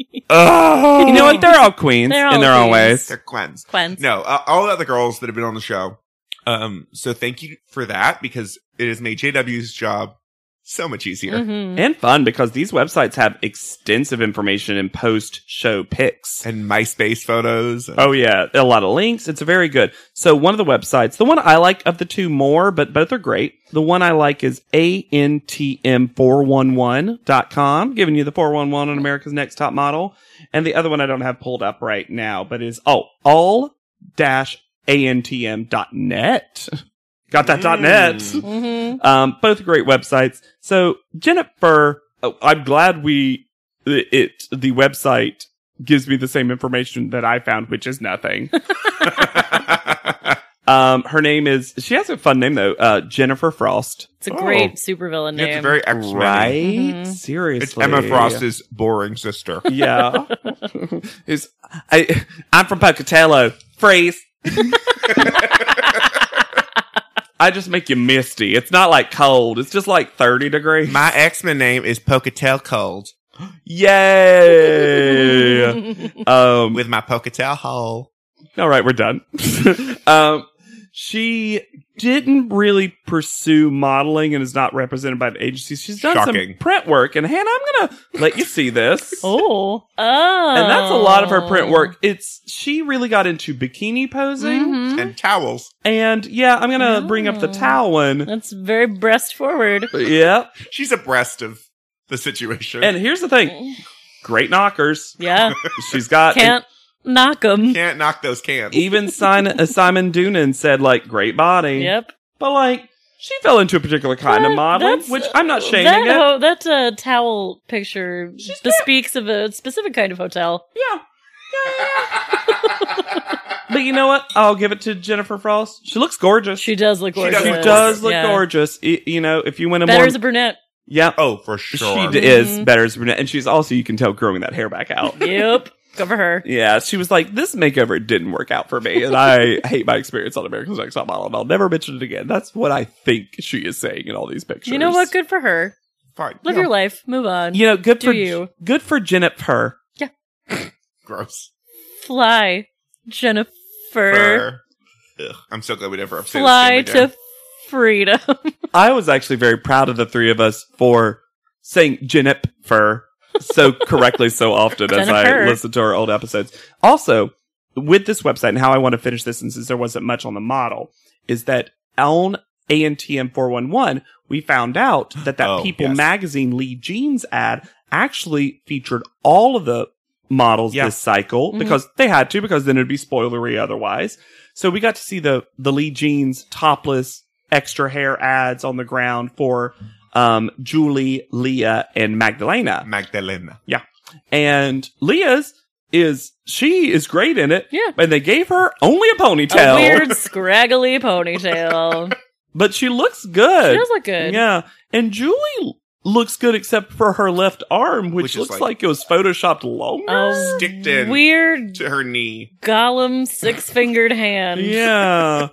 You know what? They're all queens They're all in their own queens. ways. they're queens Queens. no uh, all of the girls that have been on the show um so thank you for that because it has made jw's job so much easier Mm-hmm. Mhm. And fun because these websites have extensive information and post show pics. and myspace photos and- Oh yeah, a lot of links. It's very good. So one of the websites, the one I like of the two more, but both are great. The one I like is antm411.com, giving you the 411 on America's Next Top Model. And the other one I don't have pulled up right now, but is oh, all dash antm.net. (laughs) Got that dot net. Mm. Mhm. Um, both great websites. So Jennifer, oh, I'm glad we it the website gives me the same information that I found, which is nothing. (laughs) um, her name is she has a fun name though, uh, Jennifer Frost. It's a Oh. great supervillain Yeah, name. it's very extra Right? Mhm. Seriously, it's emma frost's boring sister (laughs) Yeah, (laughs) is I I'm from Pocatello. Freeze. (laughs) I just make you misty. It's not like cold. It's just like 30 degrees. my x-men name is pocatel cold Yay! (laughs) um, with my Pocatel hole. all right, we're done. (laughs) um, she didn't really pursue modeling and is not represented by the agency. She's done Shocking. some print work, and Hannah, I'm gonna let you see this. (laughs) (laughs) Oh. Oh. And that's a lot of her print work. It's she really got into bikini posing, Mhm. And towels. and yeah, I'm gonna bring up the Oh. towel one. That's very breast forward. yeah, She's abreast of the situation. and here's the thing: great knockers. (laughs) Yeah. She's got Can't knock them. can't knock those cans. even Simon, Simon Doonan said like great body. Yep. But like, she fell into a particular kind That- of modeling, that's- which I'm not shaming that, it. ho- that uh, towel picture bespeaks of a specific kind of hotel. yeah. But you know what? I'll give it to Jennifer Frost. She looks gorgeous. She does look She does gorgeous. She look does look Yeah. gorgeous. I- you know, if you went a Better more, as a Mm-hmm. brunette. yeah, oh, for she sure. d- is better as a brunette, and she's also you can tell growing that hair back (laughs) out. (laughs) Yep. Go for her. yeah, she was like, this makeover didn't work out for me, and (laughs) I hate my experience on America's Next Top Model, and I'll never mention it again. That's what I think she is saying in all these pictures. You know what? Good for her. Fine. Live Yeah. your life. Move on. You know, good Do for you. good for Jennifer. Gross. Fly, Jennifer. Fur. Ugh, I'm so glad we never upset Fly to (laughs) freedom. I was actually very proud of the three of us for saying Jennifer so correctly so often as I Jennifer. listened to our old episodes. Also, with this website and how I want to finish this, and since there wasn't much on the model, is that on ANTM 411, we found out that that Oh, People yes. Magazine Lee Jeans ad actually featured all of the models Yeah. this cycle Mhm. because they had to because then it'd be spoilery otherwise. So we got to see the the Lee Jeans topless extra hair ads on the ground for um Julie, Leah, and Magdalena. Magdalena. And Leah's is she is great in it. Yeah. And they gave her only a A ponytail. weird scraggly (laughs) ponytail. (laughs) But she looks good. She does look good. Yeah. And Julie l- looks good except for her left arm, which, Which is looks like- like, it was photoshopped longer. A Sticked in weird to her knee. golem six fingered (laughs) hand. yeah.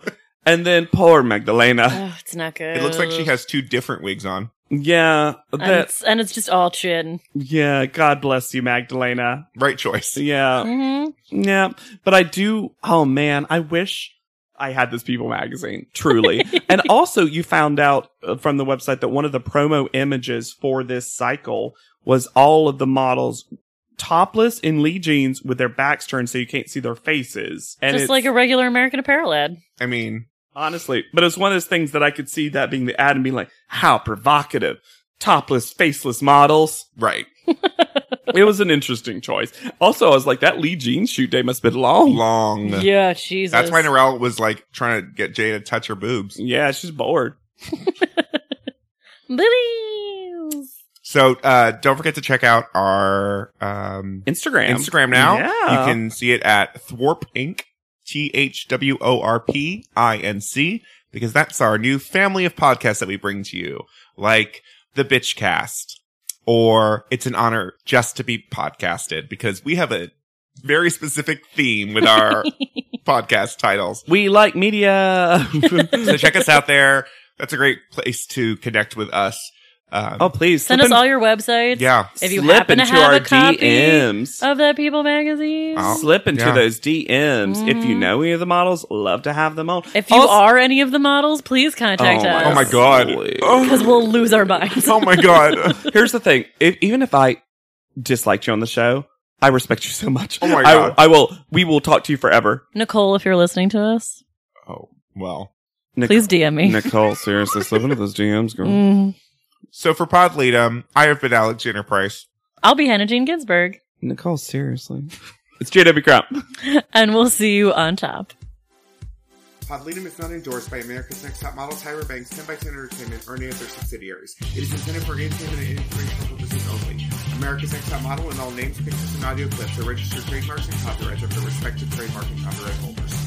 and then poor Magdalena. (laughs) Oh, it's not good. It looks like she has two different wigs on. Yeah. And That's it's, and it's just all chin. yeah, God bless you, (laughs) Magdalena. Right choice. Yeah. hmm Yeah. But I do oh man, I wish I had this People magazine, (laughs) truly. and also you found out uh, from the website that one of the promo images for this cycle was all of the models topless in Lee jeans with their backs turned so you can't see their faces. And Just it's- like a regular American Apparel ad. I mean, Honestly, but it's one of those things that I could see that being the ad and being like, how provocative. Topless, faceless models. right. It was an interesting choice. Also, I was like, that Lee Jean shoot day must have been Oh, long. Long. Yeah, Jesus. Mm-hmm. That's why Narelle was like trying to get Jay to touch her boobs. Yeah, she's bored. Boobies. So uh, don't forget to check out our um, Instagram. Instagram now. Yeah. You can see it at Thwarp Inc. T H W O R P I N C, because that's our new family of podcasts that we bring to you, like the Bitch Cast, or It's an Honor Just to Be Podcasted, because we have a very specific theme (laughs) with our podcast titles. We like media. So check us out there. That's a great place to connect with us. Um, (laughs) oh, please (laughs) Send slip us in- all your websites. yeah. If you slip happen to into have our a copy DMs. Of that People magazine. Oh. slip into yeah. those DMs. If you Mhm. know any of the models, love to have them on. If you Also- are any of the models, please contact Oh us. my- Oh my god. Absolutely. Oh, Because we'll lose our minds. (laughs) oh (laughs) my god. Here's the thing. If, even if I disliked you on the show, I respect you so much. Oh my I- God. I, will. We will talk to you forever. Nicole, if you're listening to us, Oh, well. Nic- please DM me. Nicole, seriously, slip into those DMs, girl. Mm. So for Pod Leadum, I have been Alex Jenner Price. I'll be Hannah Jane Ginsburg, (laughs) Nicole, seriously. It's JW Crump. and we'll see you on top. Podleadum is not endorsed by America's Next Top Models, Tyra Banks, 10x10 Entertainment, or any of their subsidiaries. It is intended for entertainment and informational purposes only. America's Next Top Model and all names, pictures, and audio clips are registered trademarks and copyrights of their respective trademark and copyright holders.